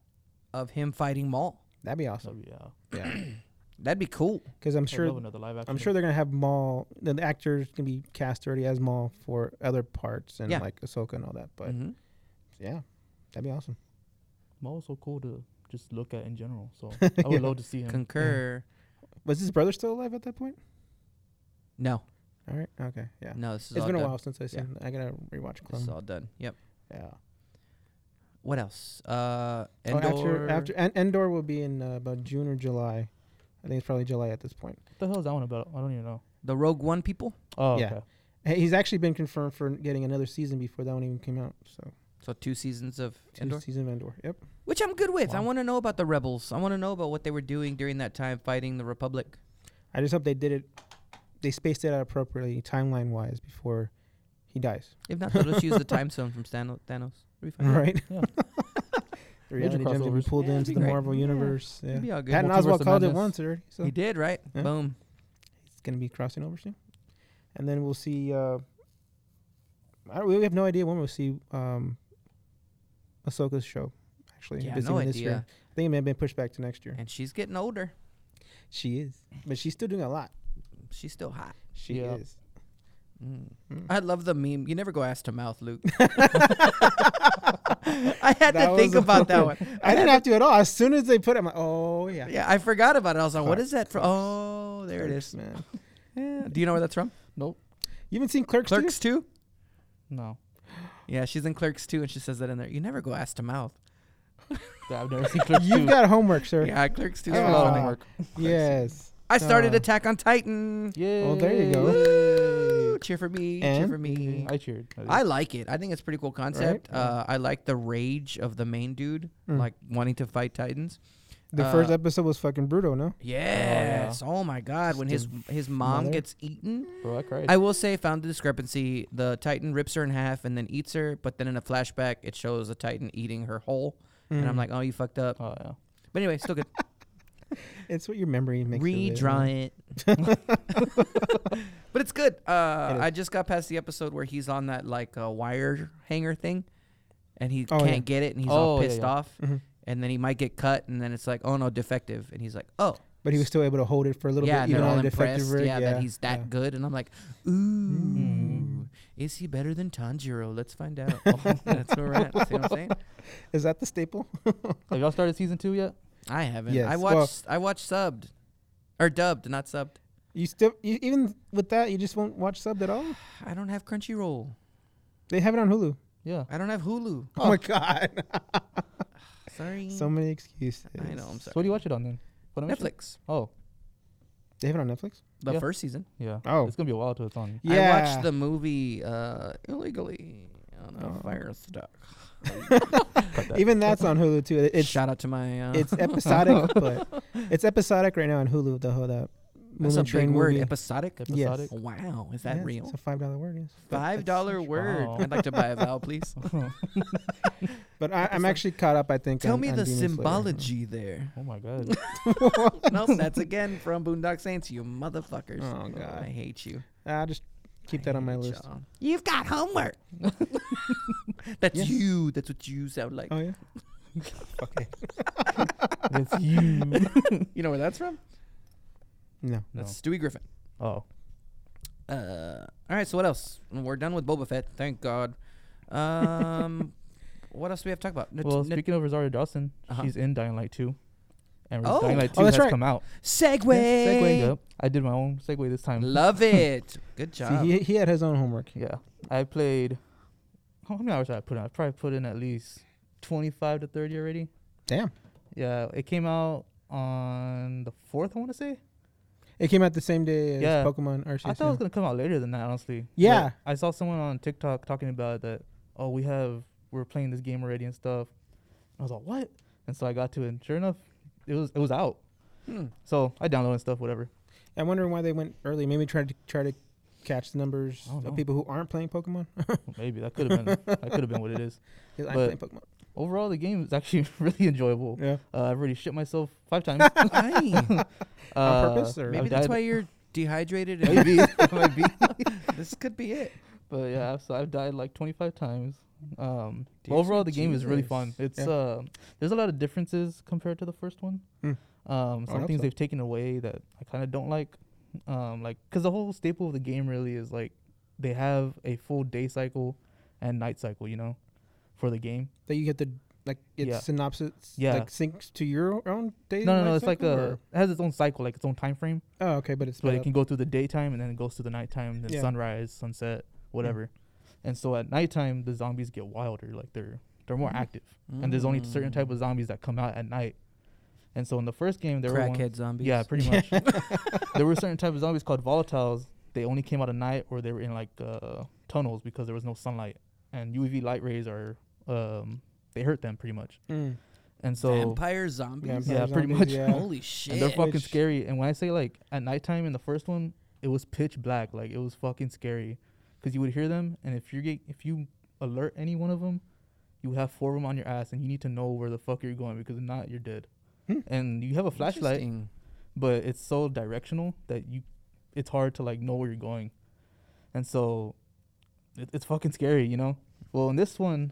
Speaker 2: of him fighting Maul.
Speaker 3: That'd be
Speaker 1: So,
Speaker 3: awesome.
Speaker 1: yeah.
Speaker 2: That'd be cool.
Speaker 3: Because I'm
Speaker 1: I'd
Speaker 3: sure
Speaker 1: love another live action.
Speaker 3: I'm sure they're gonna have Maul. The the actors gonna be cast already as Maul for other parts and
Speaker 2: Yeah.
Speaker 3: like Ahsoka and all that. But
Speaker 2: Mhm.
Speaker 3: yeah, that'd be awesome.
Speaker 1: Maul's so cool to just look at in general. So I would
Speaker 3: Yeah.
Speaker 1: love to see him.
Speaker 2: Concur.
Speaker 3: Was his brother still alive at that point?
Speaker 2: No,
Speaker 3: All right. Okay. Yeah.
Speaker 2: no, Mm, this is
Speaker 3: it's
Speaker 2: all
Speaker 3: been a
Speaker 2: done.
Speaker 3: while since I seen. I gotta rewatch
Speaker 2: This
Speaker 3: Clone.
Speaker 2: is all done. Yep.
Speaker 3: Yeah.
Speaker 2: What else? Uh,
Speaker 3: Oh,
Speaker 2: Endor.
Speaker 3: after after En- Endor will be in uh, about June or July. I think it's probably July at this point.
Speaker 1: What the hell is that one about? I don't even know.
Speaker 2: the Rogue One people.
Speaker 1: Oh,
Speaker 3: Yeah.
Speaker 1: okay.
Speaker 3: Hey, He's actually been confirmed for getting another season before that one even came out. So
Speaker 2: So two seasons of
Speaker 3: two
Speaker 2: Endor.
Speaker 3: season of Endor. Yep.
Speaker 2: Which I'm good with. I
Speaker 1: Wow.
Speaker 2: want to know about the rebels. I want to know about what they were doing during that time fighting the Republic.
Speaker 3: I just hope they did it. They spaced it out appropriately, timeline wise, before he dies.
Speaker 2: If not, they'll just use the time stone from Stan- Thanos. It'll be fine.
Speaker 3: Right.
Speaker 1: Yeah.
Speaker 3: the reality gems that we
Speaker 1: crossovers.
Speaker 3: pulled
Speaker 2: Mm-hmm. Yeah, it'd
Speaker 3: into the
Speaker 2: be great.
Speaker 3: Marvel universe. Yeah.
Speaker 2: It'll be all good.
Speaker 3: Patton
Speaker 1: Multiverse
Speaker 3: Oswalt
Speaker 1: of
Speaker 3: called it
Speaker 1: Madness.
Speaker 3: once already, so
Speaker 2: He did, right?
Speaker 3: Yeah.
Speaker 2: Boom.
Speaker 3: it's gonna be crossing over soon. And then we'll see. Uh, I don't, we have no idea when we'll see um, Ahsoka's show. Actually,
Speaker 2: Yeah,
Speaker 3: If it's
Speaker 2: no
Speaker 3: even this year.
Speaker 2: idea.
Speaker 3: I think it may have been pushed back to next year.
Speaker 2: And she's getting older.
Speaker 3: She is, but she's still doing a lot.
Speaker 2: She's still hot.
Speaker 3: She
Speaker 1: Yeah.
Speaker 3: is.
Speaker 2: Mm.
Speaker 3: Mm.
Speaker 2: I love the meme. You never go ass to mouth, Luke. I had
Speaker 3: That
Speaker 2: to think
Speaker 3: was-
Speaker 2: about that one.
Speaker 3: I didn't have to at all. As soon as they put it, I'm like, oh yeah,
Speaker 2: Yeah, I forgot about it. I was like, what
Speaker 3: Clerks,
Speaker 2: is that from?
Speaker 3: Clerks.
Speaker 2: Oh, there it
Speaker 3: Clerks,
Speaker 2: is.
Speaker 3: man.
Speaker 2: Yeah. Do you know where that's from?
Speaker 1: Nope.
Speaker 3: You haven't seen Clerks? too?
Speaker 2: Clerks 2?
Speaker 1: No.
Speaker 2: Yeah, she's in Clerks 2, and she says that in there. You never go ass to mouth.
Speaker 1: Yeah, I've never seen Oh, Clerks
Speaker 3: You've
Speaker 1: 2.
Speaker 3: got homework, sir.
Speaker 2: Yeah, Clerks 2
Speaker 1: I have a lot of
Speaker 3: Ah.
Speaker 1: homework.
Speaker 3: Yes.
Speaker 2: I started
Speaker 3: Uh,
Speaker 2: Attack on Titan.
Speaker 1: Yeah.
Speaker 3: Oh, there you go.
Speaker 2: Woo! Cheer for me. cheer
Speaker 3: And-
Speaker 2: for me.
Speaker 1: I cheered. at
Speaker 2: I
Speaker 1: least.
Speaker 2: like it. I think it's a pretty cool concept.
Speaker 3: Yeah.
Speaker 2: Uh, I like the rage of the main dude,
Speaker 3: Mm. Oh,
Speaker 2: like wanting to fight Titans.
Speaker 3: The
Speaker 2: Uh,
Speaker 3: first episode was fucking brutal, no?
Speaker 2: Yes. Oh, my god, when his
Speaker 3: Just
Speaker 2: his mom
Speaker 3: mother.
Speaker 2: gets eaten.
Speaker 1: Bro, I cried.
Speaker 2: I will say found the discrepancy. The Titan rips her in half and then eats her, but then in a flashback it shows the Titan eating her whole. And I'm
Speaker 3: Mm.
Speaker 2: like, "Oh, you fucked up."
Speaker 1: oh, yeah.
Speaker 2: But anyway, still good.
Speaker 3: It's what your memory makes. of it, you know?
Speaker 2: Redraw it. but it's good. Uh,
Speaker 3: It is.
Speaker 2: I just got past the episode where he's on that like uh, wire hanger thing, and he
Speaker 3: Oh,
Speaker 2: can't
Speaker 3: yeah.
Speaker 2: get it, and he's
Speaker 1: Oh,
Speaker 2: all
Speaker 1: yeah,
Speaker 2: pissed
Speaker 1: yeah.
Speaker 2: off.
Speaker 3: Mhm.
Speaker 2: and then he might get cut, and then it's like, oh no, defective, and he's like, oh.
Speaker 3: But he was still able to hold it for a little
Speaker 2: yeah, and
Speaker 3: bit,
Speaker 2: they're
Speaker 3: even
Speaker 2: all
Speaker 3: on a
Speaker 2: impressed.
Speaker 3: defective rig.
Speaker 2: yeah, that he's that
Speaker 3: yeah.
Speaker 2: good, and I'm like, ooh, is he better than Tanjiro? Let's find out. that's where we're at. See what I'm saying?
Speaker 3: Is that the staple?
Speaker 1: Have y'all started season two yet?
Speaker 2: I haven't. I
Speaker 3: Yes, well-
Speaker 2: watched. I watched subbed, or dubbed, not subbed.
Speaker 3: You still, you, even with that, you just won't watch subbed at all.
Speaker 2: I don't have Crunchyroll.
Speaker 3: They have it on
Speaker 2: Oh
Speaker 3: Hulu.
Speaker 1: Yeah.
Speaker 2: I don't have Hulu.
Speaker 3: Oh, my god!
Speaker 2: Sorry.
Speaker 3: so many excuses.
Speaker 2: I know. I'm
Speaker 1: So
Speaker 2: sorry.
Speaker 1: what do you watch it on then? Funimation?
Speaker 2: Netflix.
Speaker 1: Oh,
Speaker 3: They have it on Netflix.
Speaker 2: The
Speaker 1: Yeah.
Speaker 2: first season.
Speaker 1: yeah.
Speaker 3: Oh.
Speaker 1: It's gonna be a while till it's on.
Speaker 2: I watched the movie uh, illegally on
Speaker 3: Oh.
Speaker 2: a fire stuck.
Speaker 3: Even that's on Hulu too. It- It's
Speaker 2: Shout out to my. Uh,
Speaker 3: it's episodic, but it's episodic right now on Hulu. The whole that
Speaker 2: that's a
Speaker 3: Moomin
Speaker 2: big
Speaker 3: Train
Speaker 2: word.
Speaker 3: movie.
Speaker 2: Episodic.
Speaker 3: Yes.
Speaker 1: Episodic.
Speaker 2: Wow, is that
Speaker 3: Yes,
Speaker 2: real?
Speaker 3: It's a five dollar word. Yes. But
Speaker 2: Five
Speaker 3: it's-
Speaker 2: dollar word.
Speaker 1: Wow.
Speaker 2: I'd like to buy a vowel, please.
Speaker 3: But I, I'm actually caught up. I think.
Speaker 2: Tell
Speaker 3: on-
Speaker 2: me
Speaker 3: on
Speaker 2: the
Speaker 3: Demon Slayer.
Speaker 2: symbology there.
Speaker 1: Oh my god.
Speaker 2: no, that's again from Boondock Saints. You motherfuckers.
Speaker 3: Oh, God.
Speaker 2: I hate you.
Speaker 3: I'll just keep that on my list.
Speaker 2: You've got homework. That's
Speaker 3: Yes.
Speaker 2: you. That's what you sound like.
Speaker 3: Oh yeah.
Speaker 1: it's you.
Speaker 2: You know where that's from?
Speaker 3: No.
Speaker 1: No.
Speaker 2: That's Stewie Griffin.
Speaker 1: Oh.
Speaker 2: Uh, all right. So what else? We're done with Boba Fett. Thank God. Um, what else do we have to talk about? Nat-
Speaker 1: Well,
Speaker 2: nat-
Speaker 1: speaking of Rosario Dawson,
Speaker 2: Uh-huh.
Speaker 1: she's in Dying Light 2. And
Speaker 2: Oh.
Speaker 1: Dying Light
Speaker 3: Oh,
Speaker 1: 2
Speaker 3: that's
Speaker 1: has
Speaker 3: right.
Speaker 1: come out.
Speaker 2: segue.
Speaker 1: Segway. Yep. I did my own segue this time.
Speaker 2: Love it. Good job.
Speaker 3: See, he, he had his own homework.
Speaker 1: yeah. I played. How many hours did I put in? I probably put in at least 25 to 30 already.
Speaker 3: Damn.
Speaker 1: Yeah. It came out on the 4th, I want to say.
Speaker 3: It came out the same day as
Speaker 1: Yeah.
Speaker 3: Pokemon Arceus.
Speaker 1: I thought it was gonna come out later than that, honestly. But
Speaker 3: Yeah.
Speaker 1: I saw someone on TikTok talking about that. Oh, we have we're playing this game already and stuff. And I was like, what? And so I got to it, and sure enough, it was it was out.
Speaker 2: Hmm.
Speaker 1: So I downloaded stuff, whatever.
Speaker 3: I'm wondering why they went early. Maybe try to try to catch the numbers
Speaker 1: I don't
Speaker 3: of
Speaker 1: know.
Speaker 3: people who aren't playing Pokemon.
Speaker 1: Maybe that could have been that could have been what it is.
Speaker 3: 'Cause I'm playing
Speaker 1: But-
Speaker 3: Pokemon.
Speaker 1: Overall, the game is actually really enjoyable.
Speaker 3: Yeah.
Speaker 1: Uh, I've already shit myself five times.
Speaker 2: Aye.
Speaker 1: Uh,
Speaker 3: purpose, or-
Speaker 1: I've
Speaker 2: Maybe that's
Speaker 1: died-
Speaker 2: why you're dehydrated. and-
Speaker 1: maybe it might be.
Speaker 2: this could be it.
Speaker 1: But yeah, so I've died like 25 times. Um, but
Speaker 2: Dear
Speaker 1: overall,
Speaker 2: sweet
Speaker 1: the game is really fun.
Speaker 2: Jesus.
Speaker 1: It's
Speaker 3: Yeah.
Speaker 1: uh, there's a lot of differences compared to the first one.
Speaker 3: Hmm.
Speaker 1: Um,
Speaker 3: hope
Speaker 1: some things
Speaker 3: so.
Speaker 1: they've taken away that I kind of don't like. Um, like, cause the whole staple of the game really is like they have a full day cycle and night cycle, you know, for the game.
Speaker 3: That you get the like its
Speaker 1: Yeah.
Speaker 3: synopsis
Speaker 1: Yeah.
Speaker 3: like syncs to your own day.
Speaker 1: No, no,
Speaker 3: life
Speaker 1: no. It's like
Speaker 3: cycle,
Speaker 1: a
Speaker 3: or-
Speaker 1: it has its own cycle, like its own time frame.
Speaker 3: Oh, okay, but it's
Speaker 1: So
Speaker 3: split
Speaker 1: it
Speaker 3: up.
Speaker 1: can go through the daytime and then it goes to the nighttime, then
Speaker 3: Yeah.
Speaker 1: sunrise, sunset, whatever. And so at nighttime, the zombies get wilder. Like they're they're
Speaker 2: Mm-hmm.
Speaker 1: more active, and there's only certain type
Speaker 2: Mm.
Speaker 1: of zombies that come out at night. And so in the first game, there were ones,
Speaker 2: Hmm. crackhead zombies.
Speaker 1: yeah, pretty much. there were certain type of zombies called volatiles. They only came out at night, or they were in like uh, tunnels because there was no sunlight, and UV light rays are um, they hurt them pretty much.
Speaker 3: Mm.
Speaker 1: And so
Speaker 2: vampire zombies.
Speaker 3: Vampire
Speaker 1: Yeah, pretty
Speaker 3: zombies,
Speaker 1: much.
Speaker 3: Yeah.
Speaker 2: Holy shit!
Speaker 1: and they're fucking
Speaker 3: Which-
Speaker 1: scary. And when I say like at nighttime in the first one, it was pitch black. Like it was fucking scary, because you would hear them, and if you get if you alert any one of them, you would have four of them on your ass, and you need to know where the fuck you're going because if not, you're dead.
Speaker 3: Hmm.
Speaker 1: And you have a flashlight,
Speaker 2: Interesting.
Speaker 1: but it's so directional that you, it's hard to like know where you're going, and so, it, it's fucking scary, you know. Well, in this one.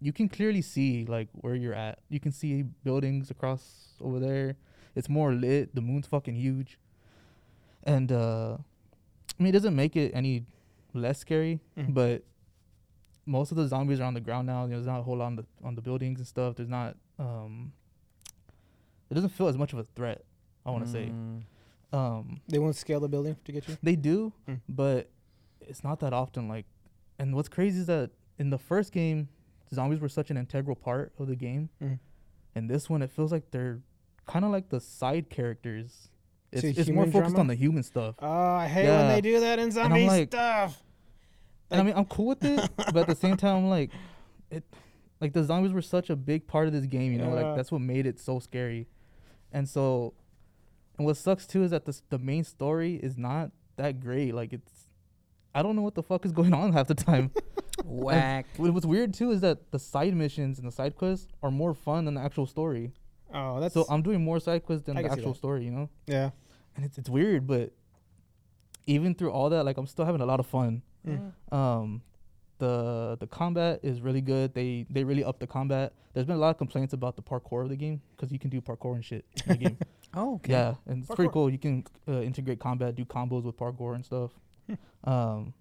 Speaker 1: You can clearly see like where you're at. You can see buildings across over there. It's more lit. The moon's fucking huge. And uh I mean it doesn't make it any less scary,
Speaker 3: Mhm.
Speaker 1: but most of the zombies are on the ground now. There's not a whole lot on the on the buildings and stuff. There's not um it doesn't feel as much of a threat, I wanna say.
Speaker 2: Mm.
Speaker 1: Um
Speaker 3: They won't scale the building to get you.
Speaker 1: they do,
Speaker 3: Mm.
Speaker 1: but it's not that often. Like, and what's crazy is that in the first game, zombies were such an integral part of the game,
Speaker 3: Mm.
Speaker 1: and this one it feels like they're kind of like the side characters. It's,
Speaker 3: So
Speaker 1: it's more
Speaker 3: human
Speaker 1: focused
Speaker 3: drama?
Speaker 1: on the human stuff.
Speaker 3: Oh, I hate when
Speaker 1: Yeah.
Speaker 3: they do that in
Speaker 1: I'm
Speaker 3: zombie
Speaker 1: like-
Speaker 3: stuff.
Speaker 1: and I mean, I'm cool with it, but at the same time, I'm like, it, like the zombies were such a big part of this game, you know,
Speaker 3: Yeah.
Speaker 1: like that's what made it so scary. And so, and what sucks too is that the s- the main story is not that great. Like it's, I don't know what the fuck is going on half the time.
Speaker 2: Whack.
Speaker 1: What- What's weird too is that the side missions and the side quests are more fun than the actual story.
Speaker 3: Oh, that's
Speaker 1: so I'm doing more side quests than
Speaker 3: I
Speaker 1: the
Speaker 3: can see
Speaker 1: actual
Speaker 3: that.
Speaker 1: story, you know.
Speaker 3: yeah.
Speaker 1: And it's it's weird, but even through all that, like I'm still having a lot of fun.
Speaker 3: Mm.
Speaker 1: Um, the the combat is really good. They they really up the combat. There's been a lot of complaints about the parkour of the game because you can do parkour and shit in the game.
Speaker 2: Oh, okay.
Speaker 1: Yeah, and it's pretty
Speaker 3: Parkour.
Speaker 1: cool. You can uh, integrate combat, do combos with parkour and stuff. um,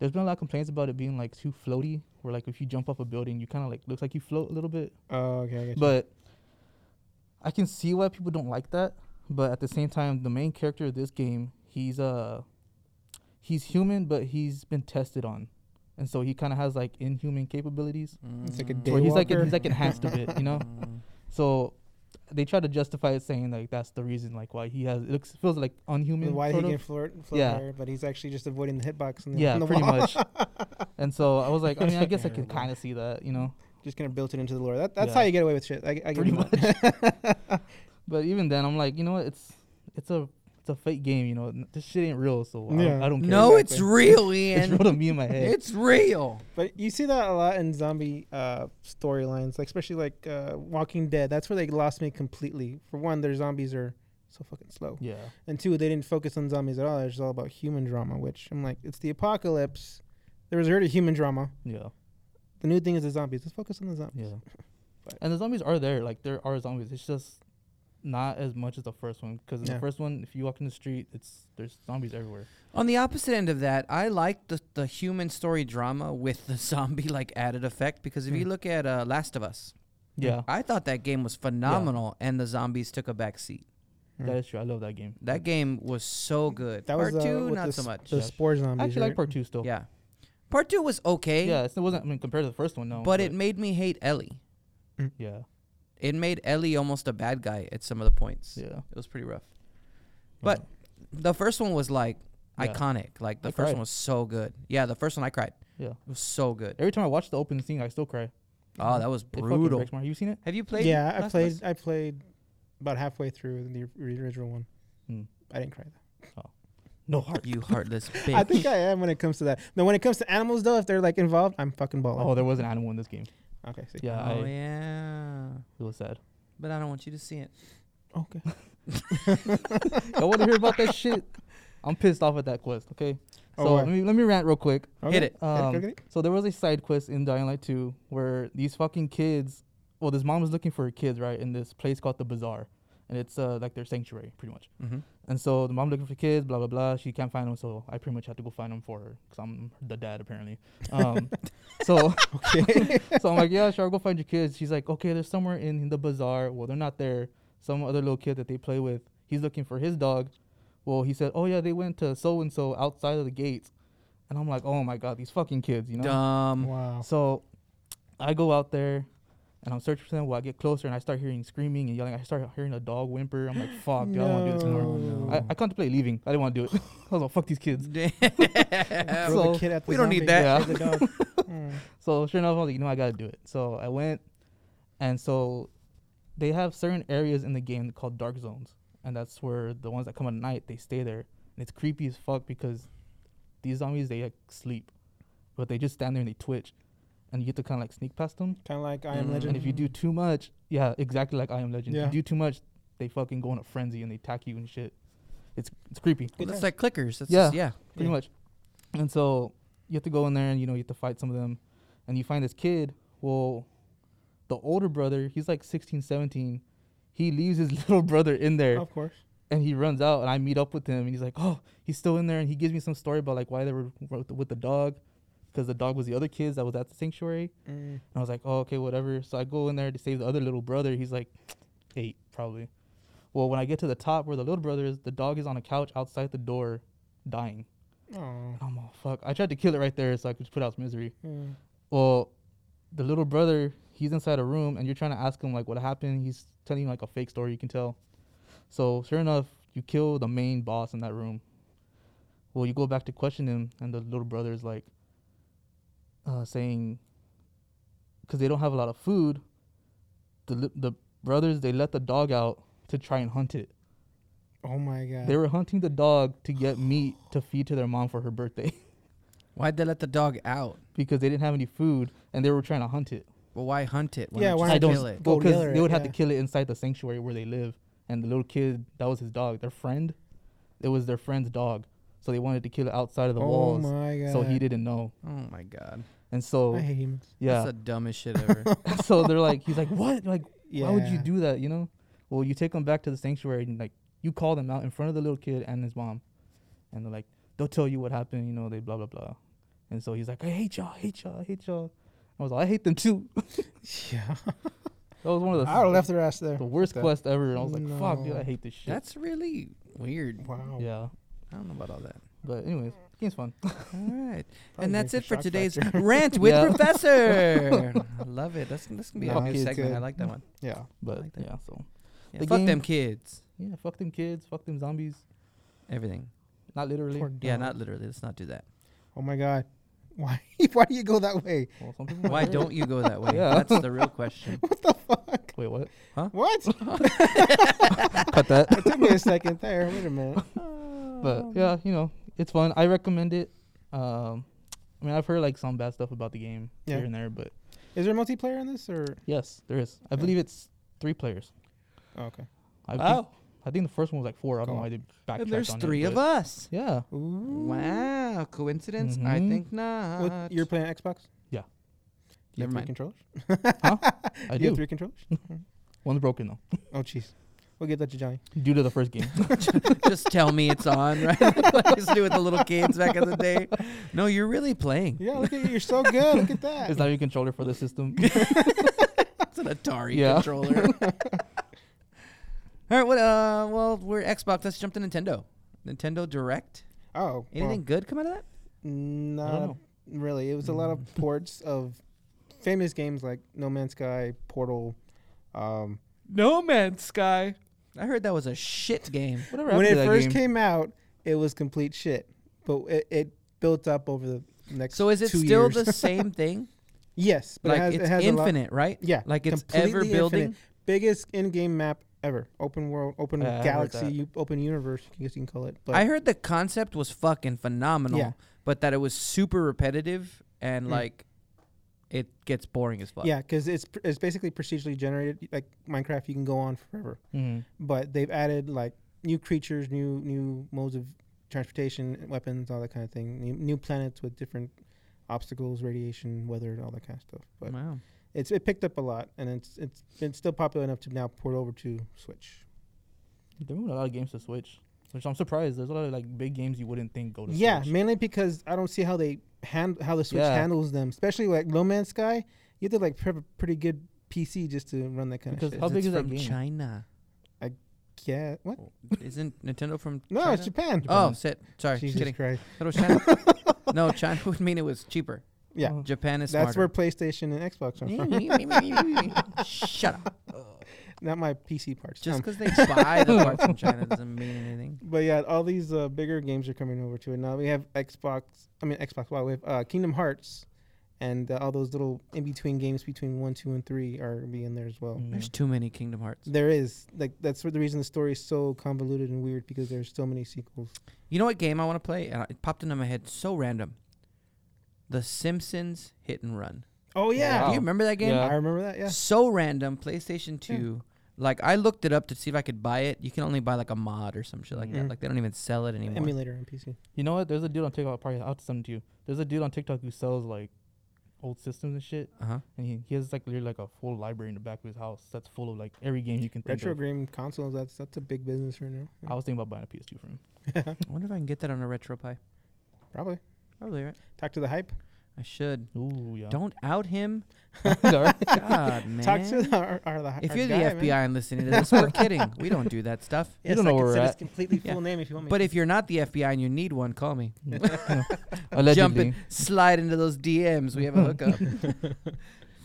Speaker 1: there's been a lot of complaints about it being like too floaty, where like if you jump off a building, you kind of like looks like you float a little bit.
Speaker 3: Oh, okay. I get you.
Speaker 1: But I can see why people don't like that. But at the same time, the main character of this game, he's uh he's human, but he's been tested on, and so he kind of has like inhuman capabilities.
Speaker 2: Hmm.
Speaker 3: It's like a
Speaker 1: Where he's like
Speaker 3: Daywalker.
Speaker 1: he's like enhanced a bit, you know. So they try to justify it saying like that's the reason like why he has it looks feels like unhuman.
Speaker 3: why he
Speaker 1: sort of.
Speaker 3: can float, float
Speaker 1: Yeah.
Speaker 3: higher, but he's actually just avoiding the hitbox and the,
Speaker 1: yeah,
Speaker 3: and the
Speaker 1: pretty
Speaker 3: wall.
Speaker 1: much. And so I was like, I mean, I guess I can
Speaker 2: Terrible.
Speaker 1: kind of see that, you know.
Speaker 3: Just gonna built it into the lore. That, that's
Speaker 1: Yeah.
Speaker 3: how you get away with shit. I, I
Speaker 1: Pretty
Speaker 3: get much.
Speaker 1: But even then, I'm like, you know what? It's it's a it's a fake game, you know. N- This shit ain't real, so I, don't,
Speaker 3: Yeah.
Speaker 1: I don't care.
Speaker 2: No, it's
Speaker 3: Exactly.
Speaker 2: real,
Speaker 1: it's
Speaker 2: Ian.
Speaker 1: real to me in my head.
Speaker 2: It's real.
Speaker 3: But you see that a lot in zombie uh, storylines, like especially like uh, Walking Dead. That's where they lost me completely. For one, their zombies are so fucking slow,
Speaker 1: yeah,
Speaker 3: and two, they didn't focus on zombies at all. It's all about human drama, which I'm like, it's the apocalypse. There was already human drama.
Speaker 1: yeah,
Speaker 3: The new thing is the zombies. Let's focus on the zombies.
Speaker 1: yeah. And the zombies are there. Like there are zombies. It's just not as much as the first one because the
Speaker 3: Yeah.
Speaker 1: first one, if you walk in the street, it's there's zombies everywhere.
Speaker 2: On the opposite end of that, I like the, the human story drama with the zombie like added effect because if you
Speaker 3: Hmm.
Speaker 2: look at uh, Last of Us,
Speaker 1: Yeah,
Speaker 2: I thought that game was phenomenal and the zombies took a back seat.
Speaker 3: Mm.
Speaker 1: that is true. I love that game.
Speaker 2: That game was so good.
Speaker 3: That
Speaker 2: part
Speaker 3: was uh,
Speaker 2: two,
Speaker 3: with
Speaker 2: not
Speaker 3: the
Speaker 2: so
Speaker 3: s-
Speaker 2: much.
Speaker 3: The
Speaker 1: Yeah.
Speaker 3: spore zombies.
Speaker 1: I actually
Speaker 3: right?
Speaker 1: like part two still. Yeah,
Speaker 2: yeah, part two was okay,
Speaker 1: yeah. It's, it wasn't. I mean, compared to the first one, no.
Speaker 2: but it made me hate Ellie.
Speaker 1: yeah,
Speaker 2: It made Ellie almost a bad guy at some of the points.
Speaker 1: yeah.
Speaker 2: It was pretty rough. But the first one was like
Speaker 1: Yeah.
Speaker 2: iconic. Like the
Speaker 1: I
Speaker 2: first
Speaker 1: cried.
Speaker 2: one was so good. Yeah, the first one I cried.
Speaker 1: Yeah.
Speaker 2: It was so good.
Speaker 1: Every time I watch the opening scene, I still cry.
Speaker 2: Oh, that was
Speaker 1: It fucking
Speaker 2: brutal.
Speaker 1: breaks my heart. You seen it?
Speaker 2: Have you played?
Speaker 3: yeah,
Speaker 2: Last
Speaker 3: I
Speaker 2: of Us?
Speaker 3: played. I played about halfway through the original one.
Speaker 1: Hmm.
Speaker 3: I didn't cry.
Speaker 1: No heart.
Speaker 2: You heartless bitch.
Speaker 3: I think I am when it comes to that. No, when it comes to animals though, if they're like involved, I'm fucking balling.
Speaker 1: Oh, there was an animal in this game.
Speaker 3: okay. See.
Speaker 1: Yeah,
Speaker 2: oh
Speaker 1: I,
Speaker 2: yeah,
Speaker 1: it was sad.
Speaker 2: but I don't want you to see it.
Speaker 3: Okay.
Speaker 1: I want to hear about that shit. I'm pissed off at that quest. Okay,
Speaker 3: Oh,
Speaker 1: so
Speaker 3: why?
Speaker 1: let me let me rant real quick.
Speaker 2: Hit it.
Speaker 1: Um,
Speaker 3: okay.
Speaker 1: so there was a side quest in Dying Light 2 where these fucking kids, well, this mom was looking for her kids, right, in this place called the Bazaar, and it's uh, like their sanctuary, pretty much.
Speaker 2: Mm-hmm.
Speaker 1: And so the mom looking for kids, blah blah blah. She can't find them, so I pretty much had to go find them for her because I'm the dad apparently. Um, so so I'm like, yeah, sure, I'll go find your kids. She's like, okay, they're somewhere in the bazaar. Well, they're not there. Some other little kid that they play with, he's looking for his dog. Well, he said, oh yeah, they went to so and so outside of the gates, and I'm like, oh my god, these fucking kids, you know.
Speaker 2: Dumb.
Speaker 3: Wow.
Speaker 1: So I go out there and I'm searching for them. Well, I get closer and I start hearing screaming and yelling. I start hearing a dog whimper. I'm like, fuck, dude, I don't want to do this anymore.
Speaker 3: No.
Speaker 1: I, I contemplate leaving. I didn't want to do it. I was like, fuck these kids.
Speaker 2: Damn.
Speaker 1: So,
Speaker 3: the kid at the
Speaker 2: we don't need
Speaker 3: zombie.
Speaker 2: that.
Speaker 1: Yeah.
Speaker 3: Or the dog. Mm.
Speaker 1: So sure enough, I was like, you know, I gotta do it. So I went, and so they have certain areas in the game called dark zones, and that's where the ones that come at night they stay there, and it's creepy as fuck because these zombies they like sleep, but they just stand there and they twitch, and you get to kind of like sneak past them.
Speaker 3: Kind of like I Am
Speaker 2: Mm.
Speaker 1: And
Speaker 3: Legend.
Speaker 1: if you do too much, yeah, exactly like I Am Legend.
Speaker 3: Yeah.
Speaker 1: If you do too much, they fucking go in a frenzy and they attack you and shit. It's it's creepy
Speaker 3: Good
Speaker 2: It's
Speaker 3: time.
Speaker 2: like clickers. That's
Speaker 1: Yeah.
Speaker 2: just- yeah.
Speaker 1: pretty much. And so you have to go in there and you know you have to fight some of them, and you find this kid. Well, the older brother, he's like 16, 17. He leaves his little brother in there
Speaker 3: Of course.
Speaker 1: and he runs out and I meet up with him and he's like, oh, he's still in there and he gives me some story about like why they were with the, with the dog, because the dog was the other kids that was at the sanctuary.
Speaker 3: Mm.
Speaker 1: And I was like, oh, okay, whatever. So I go in there to save the other little brother. He's like eight, probably. Well, when I get to the top where the little brother is, the dog is on a couch outside the door, dying.
Speaker 3: Oh.
Speaker 1: I'm all fuck. I tried to kill it right there so I could put out its misery.
Speaker 3: Mm.
Speaker 1: Well, the little brother, he's inside a room and you're trying to ask him like what happened. He's telling you like a fake story you can tell. So sure enough, you kill the main boss in that room. Well, you go back to question him and the little brother is like uh, saying because they don't have a lot of food, the li- the brothers they let the dog out to try and hunt it.
Speaker 3: Oh my god.
Speaker 1: They were hunting the dog to get meat to feed to their mom for her birthday.
Speaker 2: Why'd they let the dog out?
Speaker 1: because they didn't have any food and they were trying to hunt it.
Speaker 2: Well, why hunt it?
Speaker 3: Yeah,
Speaker 2: not
Speaker 3: why
Speaker 2: just
Speaker 1: I
Speaker 3: not
Speaker 1: don't
Speaker 2: kill it?
Speaker 3: Go
Speaker 1: because
Speaker 3: kill it,
Speaker 1: they would have to
Speaker 3: yeah.
Speaker 1: kill it inside the sanctuary where they live. And the little kid, that was his dog, their friend. It was their friend's dog, so they wanted to kill it outside of the
Speaker 3: oh
Speaker 1: walls.
Speaker 3: my god.
Speaker 1: So he didn't know.
Speaker 2: Oh my god.
Speaker 1: And
Speaker 3: I
Speaker 1: so
Speaker 3: hate humans.
Speaker 2: That's
Speaker 1: yeah,
Speaker 2: the dumbest shit ever.
Speaker 1: so they're like, he's like, what? Like,
Speaker 3: Yeah.
Speaker 1: why would you do that? You know? Well, you take them back to the sanctuary and like you call them out in front of the little kid and his mom, and they're like, they'll tell you what happened. You know, they blah blah blah. And so he's like, I hate y'all, I hate y'all, I hate y'all. I was like, I hate them too.
Speaker 3: Yeah.
Speaker 1: That was one of the
Speaker 3: I would have left their ass there.
Speaker 1: the worst
Speaker 3: Fuck that.
Speaker 1: quest ever. And I was like, fuck, dude,
Speaker 3: No.
Speaker 1: I hate this shit.
Speaker 2: That's really weird.
Speaker 3: Wow.
Speaker 1: yeah.
Speaker 2: I don't know about all that.
Speaker 1: But anyways, game's fun.
Speaker 2: All right.
Speaker 3: Probably
Speaker 2: and that's
Speaker 3: make
Speaker 2: it
Speaker 3: a
Speaker 2: for
Speaker 3: shock
Speaker 2: today's
Speaker 3: factor.
Speaker 2: rant with
Speaker 1: Yeah.
Speaker 2: Professor. I love it. That's that's gonna be
Speaker 3: No,
Speaker 2: a new
Speaker 3: it's
Speaker 2: segment. I
Speaker 3: good.
Speaker 2: like that one.
Speaker 3: Yeah.
Speaker 1: But
Speaker 2: like that.
Speaker 1: yeah, so
Speaker 2: Yeah,
Speaker 1: The
Speaker 2: fuck them
Speaker 1: game-
Speaker 2: kids.
Speaker 1: yeah, fuck them kids, fuck them zombies.
Speaker 2: Everything.
Speaker 1: Not literally.
Speaker 3: Poor
Speaker 2: Yeah,
Speaker 3: dog.
Speaker 2: not literally. Let's not do that.
Speaker 3: Oh my god. Why? Why do you go that way?
Speaker 1: Well, some people
Speaker 2: Why
Speaker 1: might
Speaker 2: don't you go that way?
Speaker 1: Yeah.
Speaker 2: That's the real question.
Speaker 1: Wait, what?
Speaker 3: What?
Speaker 1: Cut that.
Speaker 3: it took me a second there. Wait a minute.
Speaker 1: But yeah, you know, it's fun. I recommend it. Um, I mean, I've heard like some bad stuff about the game
Speaker 3: Yeah.
Speaker 1: here and there, but
Speaker 3: Is there multiplayer in this or?
Speaker 1: yes, there is. I
Speaker 3: Yeah.
Speaker 1: believe it's three players.
Speaker 3: Oh, okay.
Speaker 1: I think,
Speaker 2: Oh,
Speaker 1: I think the first one was like four. I don't know
Speaker 3: Cool.
Speaker 1: why they backtracked
Speaker 2: and there's
Speaker 1: on
Speaker 2: three
Speaker 1: it,
Speaker 2: of
Speaker 1: but-
Speaker 2: us.
Speaker 1: Yeah.
Speaker 2: Wow, coincidence? I
Speaker 1: Mhm.
Speaker 2: think not.
Speaker 3: What- you're playing Xbox.
Speaker 1: Yeah.
Speaker 3: Do you
Speaker 2: Never mind.
Speaker 3: have three controllers?
Speaker 1: I
Speaker 3: you have
Speaker 1: do.
Speaker 3: three controllers?
Speaker 1: One's broken though,
Speaker 3: oh, jeez. We'll get that to Johnny.
Speaker 1: due to the first game.
Speaker 2: Just tell me it's on, right? Like I used to do with the little kids back in the day. No, you're really playing.
Speaker 3: Yeah, look at you. You're so good. Look at that.
Speaker 1: it's not your controller for the system.
Speaker 2: It's an Atari
Speaker 1: Yeah.
Speaker 2: controller. All right, what? Uh, well, we're Xbox. Let's jump to Nintendo. Nintendo Direct.
Speaker 3: oh,
Speaker 2: Anything
Speaker 3: anything?
Speaker 2: good come out of that?
Speaker 3: not
Speaker 1: know.
Speaker 3: really. It was a lot of ports of famous games like No Man's Sky, Portal. Um,
Speaker 2: No Man's Sky. I heard that was a shit game.
Speaker 1: Whatever
Speaker 3: when
Speaker 1: happened to
Speaker 3: it
Speaker 1: that
Speaker 3: first
Speaker 1: game?
Speaker 3: came out, it was complete shit, but it, it built up over the next.
Speaker 2: So is it
Speaker 3: two
Speaker 2: still
Speaker 3: years.
Speaker 2: the same thing?
Speaker 3: Yes, but
Speaker 2: like
Speaker 3: it has,
Speaker 2: it's
Speaker 3: it has A lot,
Speaker 2: infinite, right?
Speaker 3: yeah,
Speaker 2: Like it's
Speaker 3: completely
Speaker 2: ever building.
Speaker 3: infinite. Biggest in-game map ever. Open world, open
Speaker 1: Yeah, I heard
Speaker 3: galaxy,
Speaker 1: that.
Speaker 3: you, open universe. I guess you can call it. But
Speaker 2: I heard the concept was fucking phenomenal,
Speaker 3: Yeah.
Speaker 2: but that it was super repetitive and
Speaker 3: Mm.
Speaker 2: like it gets boring as fuck.
Speaker 3: yeah, because it's pr- it's basically procedurally generated. Like Minecraft, you can go on forever.
Speaker 1: Mhm.
Speaker 3: but they've added like new creatures, new new modes of transportation, weapons, all that kind of thing. New, new planets with different obstacles, radiation, weather, all that kind of stuff. But
Speaker 2: Wow.
Speaker 3: it's it picked up a lot, and it's it's it's still popular enough to now port over to Switch.
Speaker 1: They're moving a lot of games to Switch, which I'm surprised. There's a lot of like big games you wouldn't think go to
Speaker 3: yeah,
Speaker 1: Switch.
Speaker 3: mainly because I don't see how they hand how the Switch
Speaker 1: Yeah.
Speaker 3: handles them, especially like No Man's Sky. You have to like have a pretty good PC just to run that kind
Speaker 1: Because
Speaker 3: of shit.
Speaker 1: how big
Speaker 2: it's
Speaker 1: is that
Speaker 2: from
Speaker 1: game?
Speaker 2: China.
Speaker 3: yeah, what?
Speaker 2: Isn't Nintendo from
Speaker 3: No,
Speaker 2: China?
Speaker 3: it's Japan.
Speaker 2: Oh, shit. Sorry,
Speaker 3: Jesus
Speaker 2: kidding.
Speaker 3: Christ.
Speaker 2: That was China. no, China would mean it was cheaper.
Speaker 3: Yeah,
Speaker 1: Oh.
Speaker 2: Japan is
Speaker 3: that's where
Speaker 2: smarter.
Speaker 3: PlayStation and Xbox are from.
Speaker 2: Shut up.
Speaker 3: Not my PC parts.
Speaker 2: Just
Speaker 3: Um,
Speaker 2: because they buy the parts from China doesn't mean anything.
Speaker 3: But yeah, all these uh, bigger games are coming over to it now. We have Xbox. I mean Xbox. Wow, we have uh, Kingdom Hearts, and uh, all those little in between games between one, two, and three are gonna be in there as well.
Speaker 1: Mm.
Speaker 2: There's too many Kingdom Hearts.
Speaker 3: There is like that's what the reason the story is so convoluted and weird because there's so many sequels.
Speaker 2: You know what game I want to play? And it popped into my head so random. The Simpsons Hit and Run.
Speaker 3: Oh yeah,
Speaker 1: yeah.
Speaker 2: Do
Speaker 1: Wow.
Speaker 2: you remember that game?
Speaker 1: Yeah.
Speaker 3: I remember that. Yeah,
Speaker 2: So random. PlayStation 2. Like, I looked it up to see if I could buy it. You can only buy, like, a mod or some shit like that.
Speaker 3: Mhm.
Speaker 2: Like, they don't even sell it anymore.
Speaker 3: emulator on PC.
Speaker 1: You know what? There's a dude on TikTok. Probably I'll have to send him to you. There's a dude on TikTok who sells like old systems and shit,
Speaker 2: uh-huh.
Speaker 1: and he, he has like literally like a full library in the back of his house that's full of like every game you can think
Speaker 3: Retro
Speaker 1: of.
Speaker 3: game consoles. That's that's a big business right now.
Speaker 1: I was thinking about buying a PS2 from him.
Speaker 2: I wonder if I can get that on a RetroPie.
Speaker 3: Probably
Speaker 2: Probably, right?
Speaker 3: talk to the hype.
Speaker 2: I should.
Speaker 1: Ooh yeah.
Speaker 2: Don't out him.
Speaker 1: Sorry.
Speaker 2: God, man.
Speaker 3: Talk to the, our, our, the hi-
Speaker 2: if
Speaker 3: our
Speaker 2: you're the
Speaker 3: guy, man.
Speaker 2: FBI and listening to this, we're kidding. We don't do that stuff.
Speaker 1: You don't
Speaker 3: I
Speaker 1: know
Speaker 3: can
Speaker 1: where
Speaker 3: send
Speaker 1: we're
Speaker 3: his
Speaker 1: at.
Speaker 3: completely full
Speaker 2: Yeah.
Speaker 3: name if you want me.
Speaker 2: But if you're not the FBI and you need one, call me.
Speaker 1: Mm.
Speaker 2: Jump
Speaker 1: Allegedly.
Speaker 2: and slide into those DMs. We have a hookup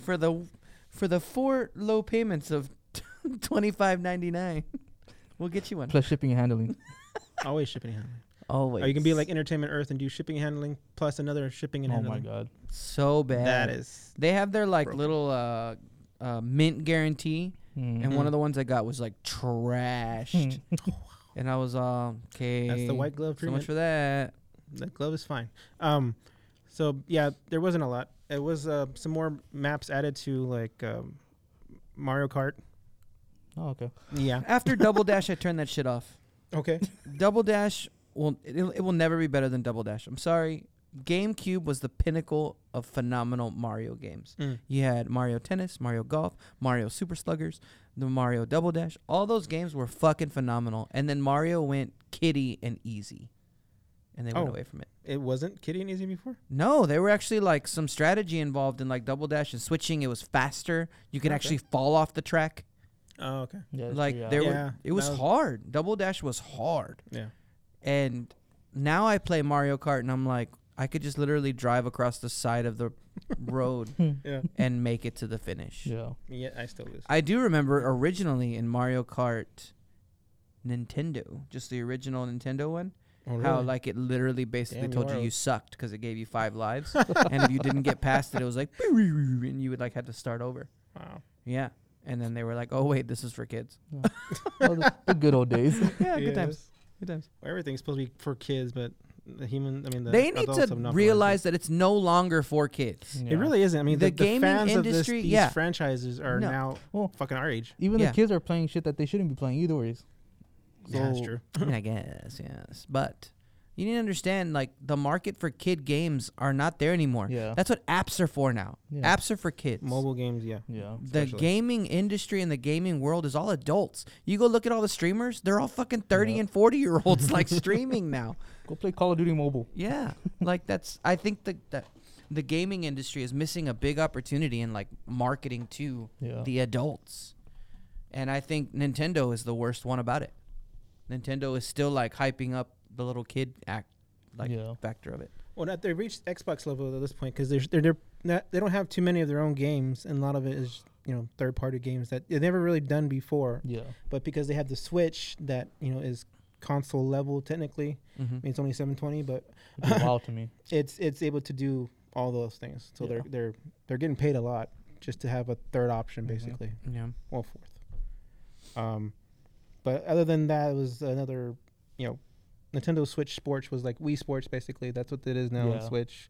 Speaker 2: for the for the four low payments of twenty five ninety nine. We'll get you one.
Speaker 1: Plus shipping and handling.
Speaker 3: always shipping handling.
Speaker 2: Always.
Speaker 3: Or you can be like Entertainment Earth and do shipping handling plus another shipping and
Speaker 1: oh my
Speaker 3: handling.
Speaker 1: god.
Speaker 2: so bad.
Speaker 3: That is.
Speaker 2: They have their like
Speaker 3: Broken.
Speaker 2: little uh, uh, mint guarantee,
Speaker 1: Mm-hmm.
Speaker 2: and
Speaker 3: Mm-hmm.
Speaker 2: one of the ones I got was like
Speaker 3: Hmm.
Speaker 2: trashed,
Speaker 1: Mm.
Speaker 2: and I was all okay.
Speaker 3: That's the white glove
Speaker 2: So much
Speaker 3: treatment.
Speaker 2: for that.
Speaker 3: That glove is fine. Um, so yeah, there wasn't a lot. It was uh, some more maps added to like um, Mario Kart.
Speaker 1: Oh okay.
Speaker 3: Yeah.
Speaker 2: After Double Dash, I turned that shit off.
Speaker 3: Okay.
Speaker 2: Double Dash will it, it will never be better than Double Dash. I'm sorry. GameCube was the pinnacle of phenomenal Mario games.
Speaker 3: Mm.
Speaker 2: You had Mario Tennis, Mario Golf, Mario Super Sluggers, the Mario Double Dash. All those games were fucking phenomenal. And then Mario went kitty and easy, and they went
Speaker 3: Oh.
Speaker 2: away from it.
Speaker 3: It wasn't Kitty and Easy before.
Speaker 2: No, there were actually like some strategy involved in like Double Dash and switching. It was faster. You could
Speaker 3: Okay.
Speaker 2: actually fall off the track.
Speaker 3: Oh, okay.
Speaker 1: Yeah, that's
Speaker 2: like
Speaker 1: true, yeah.
Speaker 2: there
Speaker 3: Yeah,
Speaker 2: were. It was
Speaker 3: that was-
Speaker 2: hard. Double Dash was hard.
Speaker 3: Yeah.
Speaker 2: and now I play Mario Kart and I'm like, I could just literally drive across the side of the road
Speaker 3: Yeah.
Speaker 2: and make it to the finish.
Speaker 1: yeah.
Speaker 3: Yeah, I still lose.
Speaker 2: I do remember originally in Mario Kart Nintendo, just the original Nintendo one,
Speaker 3: Oh,
Speaker 2: how
Speaker 3: really?
Speaker 2: like it literally basically
Speaker 3: Damn, you
Speaker 2: told you
Speaker 3: are-
Speaker 2: you sucked because it gave you five lives, and if you didn't get past it, it was like, and you would like have to start over.
Speaker 3: wow.
Speaker 2: Yeah, and then they were like, oh wait, this is for kids.
Speaker 1: Oh, the, the good old days.
Speaker 2: Yeah, good times,
Speaker 3: Yes.
Speaker 2: good times.
Speaker 3: Well, everything's supposed to be for kids, but the human. I mean, the
Speaker 2: they need
Speaker 3: adults have
Speaker 2: to
Speaker 3: not
Speaker 2: realize that it's no longer for kids.
Speaker 3: realized it.
Speaker 1: Yeah.
Speaker 3: It really isn't. I mean,
Speaker 2: The
Speaker 3: the,
Speaker 2: gaming
Speaker 3: the fans of this,
Speaker 2: industry,
Speaker 3: these
Speaker 2: yeah.
Speaker 3: franchises are
Speaker 2: No. Oh.
Speaker 3: now
Speaker 1: Well-
Speaker 3: fucking our age.
Speaker 1: even
Speaker 2: Yeah.
Speaker 1: the kids are playing shit that they shouldn't be playing either ways.
Speaker 3: yeah, that's
Speaker 1: So-
Speaker 3: true.
Speaker 2: I mean, I guess, yes. But you need to understand, like, the market for kid games are not there anymore.
Speaker 1: Yeah.
Speaker 2: That's what apps are for now.
Speaker 1: Yeah.
Speaker 2: Apps are for kids.
Speaker 3: Mobile games, yeah.
Speaker 1: Yeah.
Speaker 2: The
Speaker 3: especially.
Speaker 2: gaming industry and the gaming world is all adults. You go look at all the streamers, they're all fucking 30
Speaker 1: Yeah.
Speaker 2: and 40 year olds, like, streaming now.
Speaker 1: Go play Call of Duty Mobile.
Speaker 2: Yeah. Like, that's, I think that the, the gaming industry is missing a big opportunity in, like, marketing to
Speaker 1: Yeah.
Speaker 2: the adults. And I think Nintendo is the worst one about it. Nintendo is still like hyping up the little kid act like
Speaker 1: Yeah.
Speaker 2: factor of it.
Speaker 3: Well, not, they reached Xbox level at this point because they're they're, they're not, they don't have too many of their own games, and a lot of it is you know third party games that they've never really done before.
Speaker 1: yeah.
Speaker 3: But because they have the Switch, that you know is console level technically.
Speaker 1: Mm-hmm.
Speaker 3: I mean, it's only 720, but
Speaker 1: It'd be wild to me.
Speaker 3: it's it's able to do all those things. So they're
Speaker 1: Yeah.
Speaker 3: they're they're getting paid a lot just to have a third option
Speaker 1: Mhm.
Speaker 3: basically,
Speaker 2: Yeah.
Speaker 3: well fourth. Um, but other than that, it was another you know, Nintendo Switch Sports was like Wii Sports basically. That's what it is now on
Speaker 1: Yeah.
Speaker 3: Switch.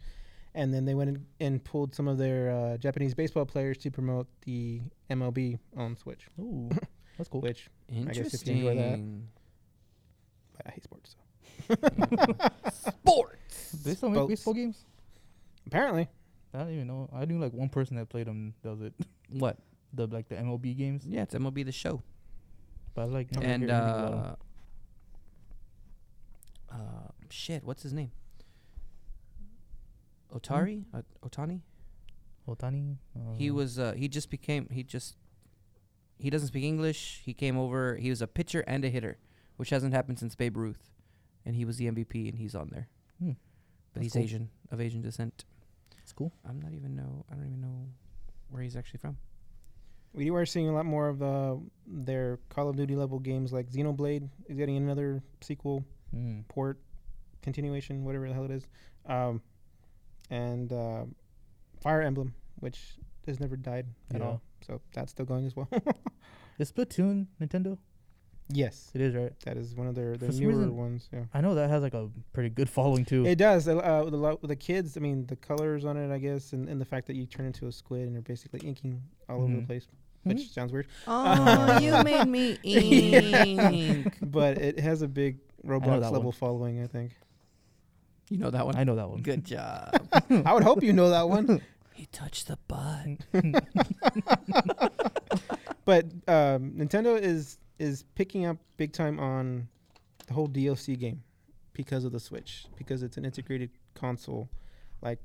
Speaker 3: And then they went and, and pulled some of their uh, Japanese baseball players to promote the MLB on Switch,
Speaker 1: Ooh, that's cool.
Speaker 3: which guess if you enjoy that.
Speaker 2: Interesting.
Speaker 3: I hate sports. So.
Speaker 2: Sports.
Speaker 1: They still make
Speaker 3: Boats.
Speaker 1: baseball games?
Speaker 3: Apparently,
Speaker 1: I don't even know. I knew like one person that played them. Does it
Speaker 2: What?
Speaker 1: the like the MLB games?
Speaker 2: Yeah, it's MLB the show.
Speaker 1: But I like never
Speaker 2: and
Speaker 1: hear anything about 'em.
Speaker 2: uh, uh shit, what's his name? Otari?
Speaker 1: Hmm?
Speaker 2: Uh, Otani?
Speaker 1: Otani. Uh,
Speaker 2: He was uh, he just became he just he doesn't speak English. He came over. He was a pitcher and a hitter, which hasn't happened since Babe Ruth, and he was the MVP and he's on there.
Speaker 1: Hmm.
Speaker 2: But
Speaker 1: That's
Speaker 2: he's
Speaker 1: cool.
Speaker 2: Asian of Asian descent.
Speaker 1: It's cool.
Speaker 2: I'm not even know I don't even know where he's actually from.
Speaker 3: we are seeing a lot more of uh, their Call of Duty level games, like Xenoblade is getting another sequel.
Speaker 1: Mm.
Speaker 3: port continuation, whatever the hell it is, um, and uh, Fire Emblem, which has never died at
Speaker 1: Yeah.
Speaker 3: all. So that's still going as well.
Speaker 1: Is Splatoon Nintendo?
Speaker 3: yes,
Speaker 1: It is right.
Speaker 3: that is one of their, their
Speaker 1: For some
Speaker 3: newer
Speaker 1: reason-
Speaker 3: ones. Yeah,
Speaker 1: I know that has like a pretty good following too.
Speaker 3: it does. Uh, uh, with, a lot, with the kids, I mean, the colors on it, I guess, and, and the fact that you turn into a squid and you're basically inking all over the
Speaker 1: Mhm.
Speaker 3: place,
Speaker 1: Hmm?
Speaker 3: which sounds weird,
Speaker 2: Oh, you made me ink.
Speaker 3: but it has a big Roblox
Speaker 1: that
Speaker 3: level
Speaker 1: one.
Speaker 3: following. I think.
Speaker 2: You know that one.
Speaker 1: I know that one.
Speaker 2: Good job.
Speaker 1: Hmm.
Speaker 3: I would hope you know that one.
Speaker 2: he touched the butt.
Speaker 3: But um, Nintendo is is picking up big time on the whole DLC game because of the Switch, because it's an integrated console. Like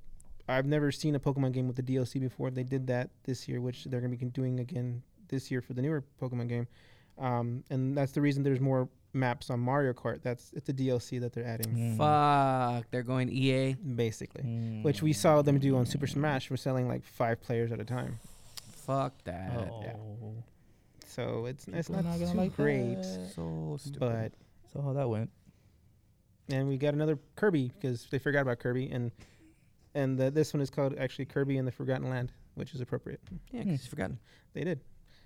Speaker 3: I've never seen a Pokemon game with the DLC before. They did that this year, which they're going to be doing again this year for the newer Pokemon game. Um, and that's the reason there's more maps on Mario Kart. That's it's a DLC that they're adding,
Speaker 1: Mm.
Speaker 2: Fuck, they're going E EA.
Speaker 3: basically.
Speaker 1: Mm.
Speaker 3: Which we saw them do on Super Smash. We're selling like five players at a time,
Speaker 2: Fuck that.
Speaker 1: Oh.
Speaker 3: so it's it's
Speaker 1: People are
Speaker 3: not,
Speaker 1: not gonna
Speaker 3: too
Speaker 1: like
Speaker 3: great.
Speaker 1: that.
Speaker 2: So stupid.
Speaker 3: But
Speaker 1: So how that went?
Speaker 3: and we got another Kirby because they forgot about Kirby, and and the, this one is called actually Kirby and the Forgotten Land, which is appropriate.
Speaker 2: yeah, 'cause
Speaker 1: Hmm.
Speaker 2: he's forgotten.
Speaker 3: They did,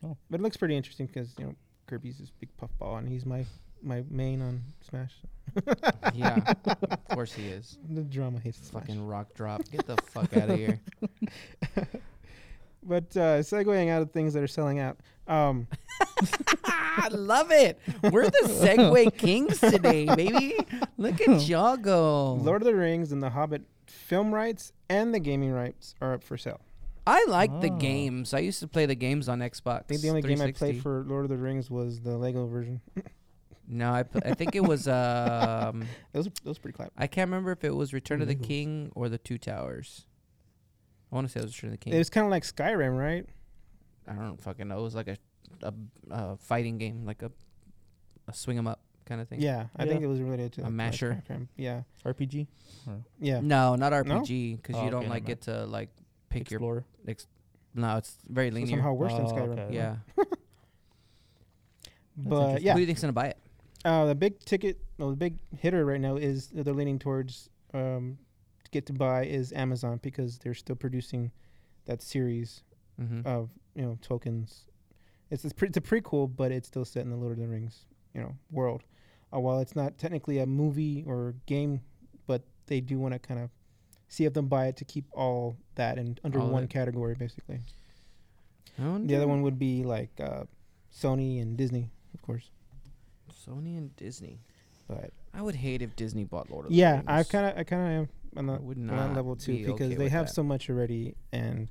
Speaker 1: Oh.
Speaker 3: but it looks pretty interesting because you know Kirby's this big puffball, and he's my my main on Smash.
Speaker 2: yeah, of course he is.
Speaker 3: The drama hates Smash.
Speaker 2: Fucking rock drop. Get the fuck out of here.
Speaker 3: But uh, segueing out of things that are selling out, um,
Speaker 2: I love it. We're the Segway kings today, baby. Look at y'all go. Oh.
Speaker 3: Lord of the Rings and The Hobbit film rights and the gaming rights are up for sale.
Speaker 2: I like the
Speaker 1: Oh.
Speaker 2: games. I used to play the games on Xbox.
Speaker 3: I think the only game I
Speaker 2: 360.
Speaker 3: played for Lord of the Rings was the Lego version.
Speaker 2: No, I, pl- I think it was um
Speaker 3: That was that was pretty clap.
Speaker 2: I can't remember if it was Return of the
Speaker 1: Legos.
Speaker 2: King or the Two Towers. I want to say it was Return of the King.
Speaker 3: It was kind of like Skyrim, right?
Speaker 2: I don't fucking know. It was like a a, a fighting game, like a a swing 'em up kind of thing.
Speaker 3: Yeah, I think
Speaker 1: Yeah.
Speaker 3: it was related to
Speaker 2: A
Speaker 3: like, like
Speaker 2: masher.
Speaker 3: Skyrim. Yeah,
Speaker 1: RPG.
Speaker 3: yeah.
Speaker 2: No, not RPG because
Speaker 1: Oh,
Speaker 2: you don't
Speaker 1: okay,
Speaker 2: like
Speaker 1: nevermind.
Speaker 2: get to like pick your.
Speaker 1: Explorer.
Speaker 2: Ex- no, it's very
Speaker 3: So
Speaker 2: linear.
Speaker 3: somehow worse than
Speaker 1: Oh,
Speaker 3: Skyrim.
Speaker 1: okay.
Speaker 2: yeah.
Speaker 3: But
Speaker 2: Who do
Speaker 3: yeah,
Speaker 2: you think's gonna buy it?
Speaker 3: uh, the big ticket, well, the big hitter right now is that they're leaning towards um, to get to buy is Amazon because they're still producing that series
Speaker 2: Mm-hmm.
Speaker 3: of you know tokens. It's it's, pre- it's a prequel, but it's still set in the Lord of the Rings you know world. Uh, while it's not technically a movie or game, but they do want to kind of see if they'll buy it to keep all that in under
Speaker 2: All of
Speaker 3: one
Speaker 2: it.
Speaker 3: category basically. The other one would be like uh, Sony and Disney, of course.
Speaker 2: Sony and Disney.
Speaker 3: But
Speaker 2: I would hate if Disney bought Lord of the
Speaker 3: yeah,
Speaker 2: Rings.
Speaker 3: I kind of I kind of am on
Speaker 2: I
Speaker 3: that,
Speaker 2: would
Speaker 3: on
Speaker 2: not
Speaker 3: that level too
Speaker 2: be
Speaker 3: because
Speaker 2: okay
Speaker 3: they
Speaker 2: with
Speaker 3: have
Speaker 2: that.
Speaker 3: so much already, and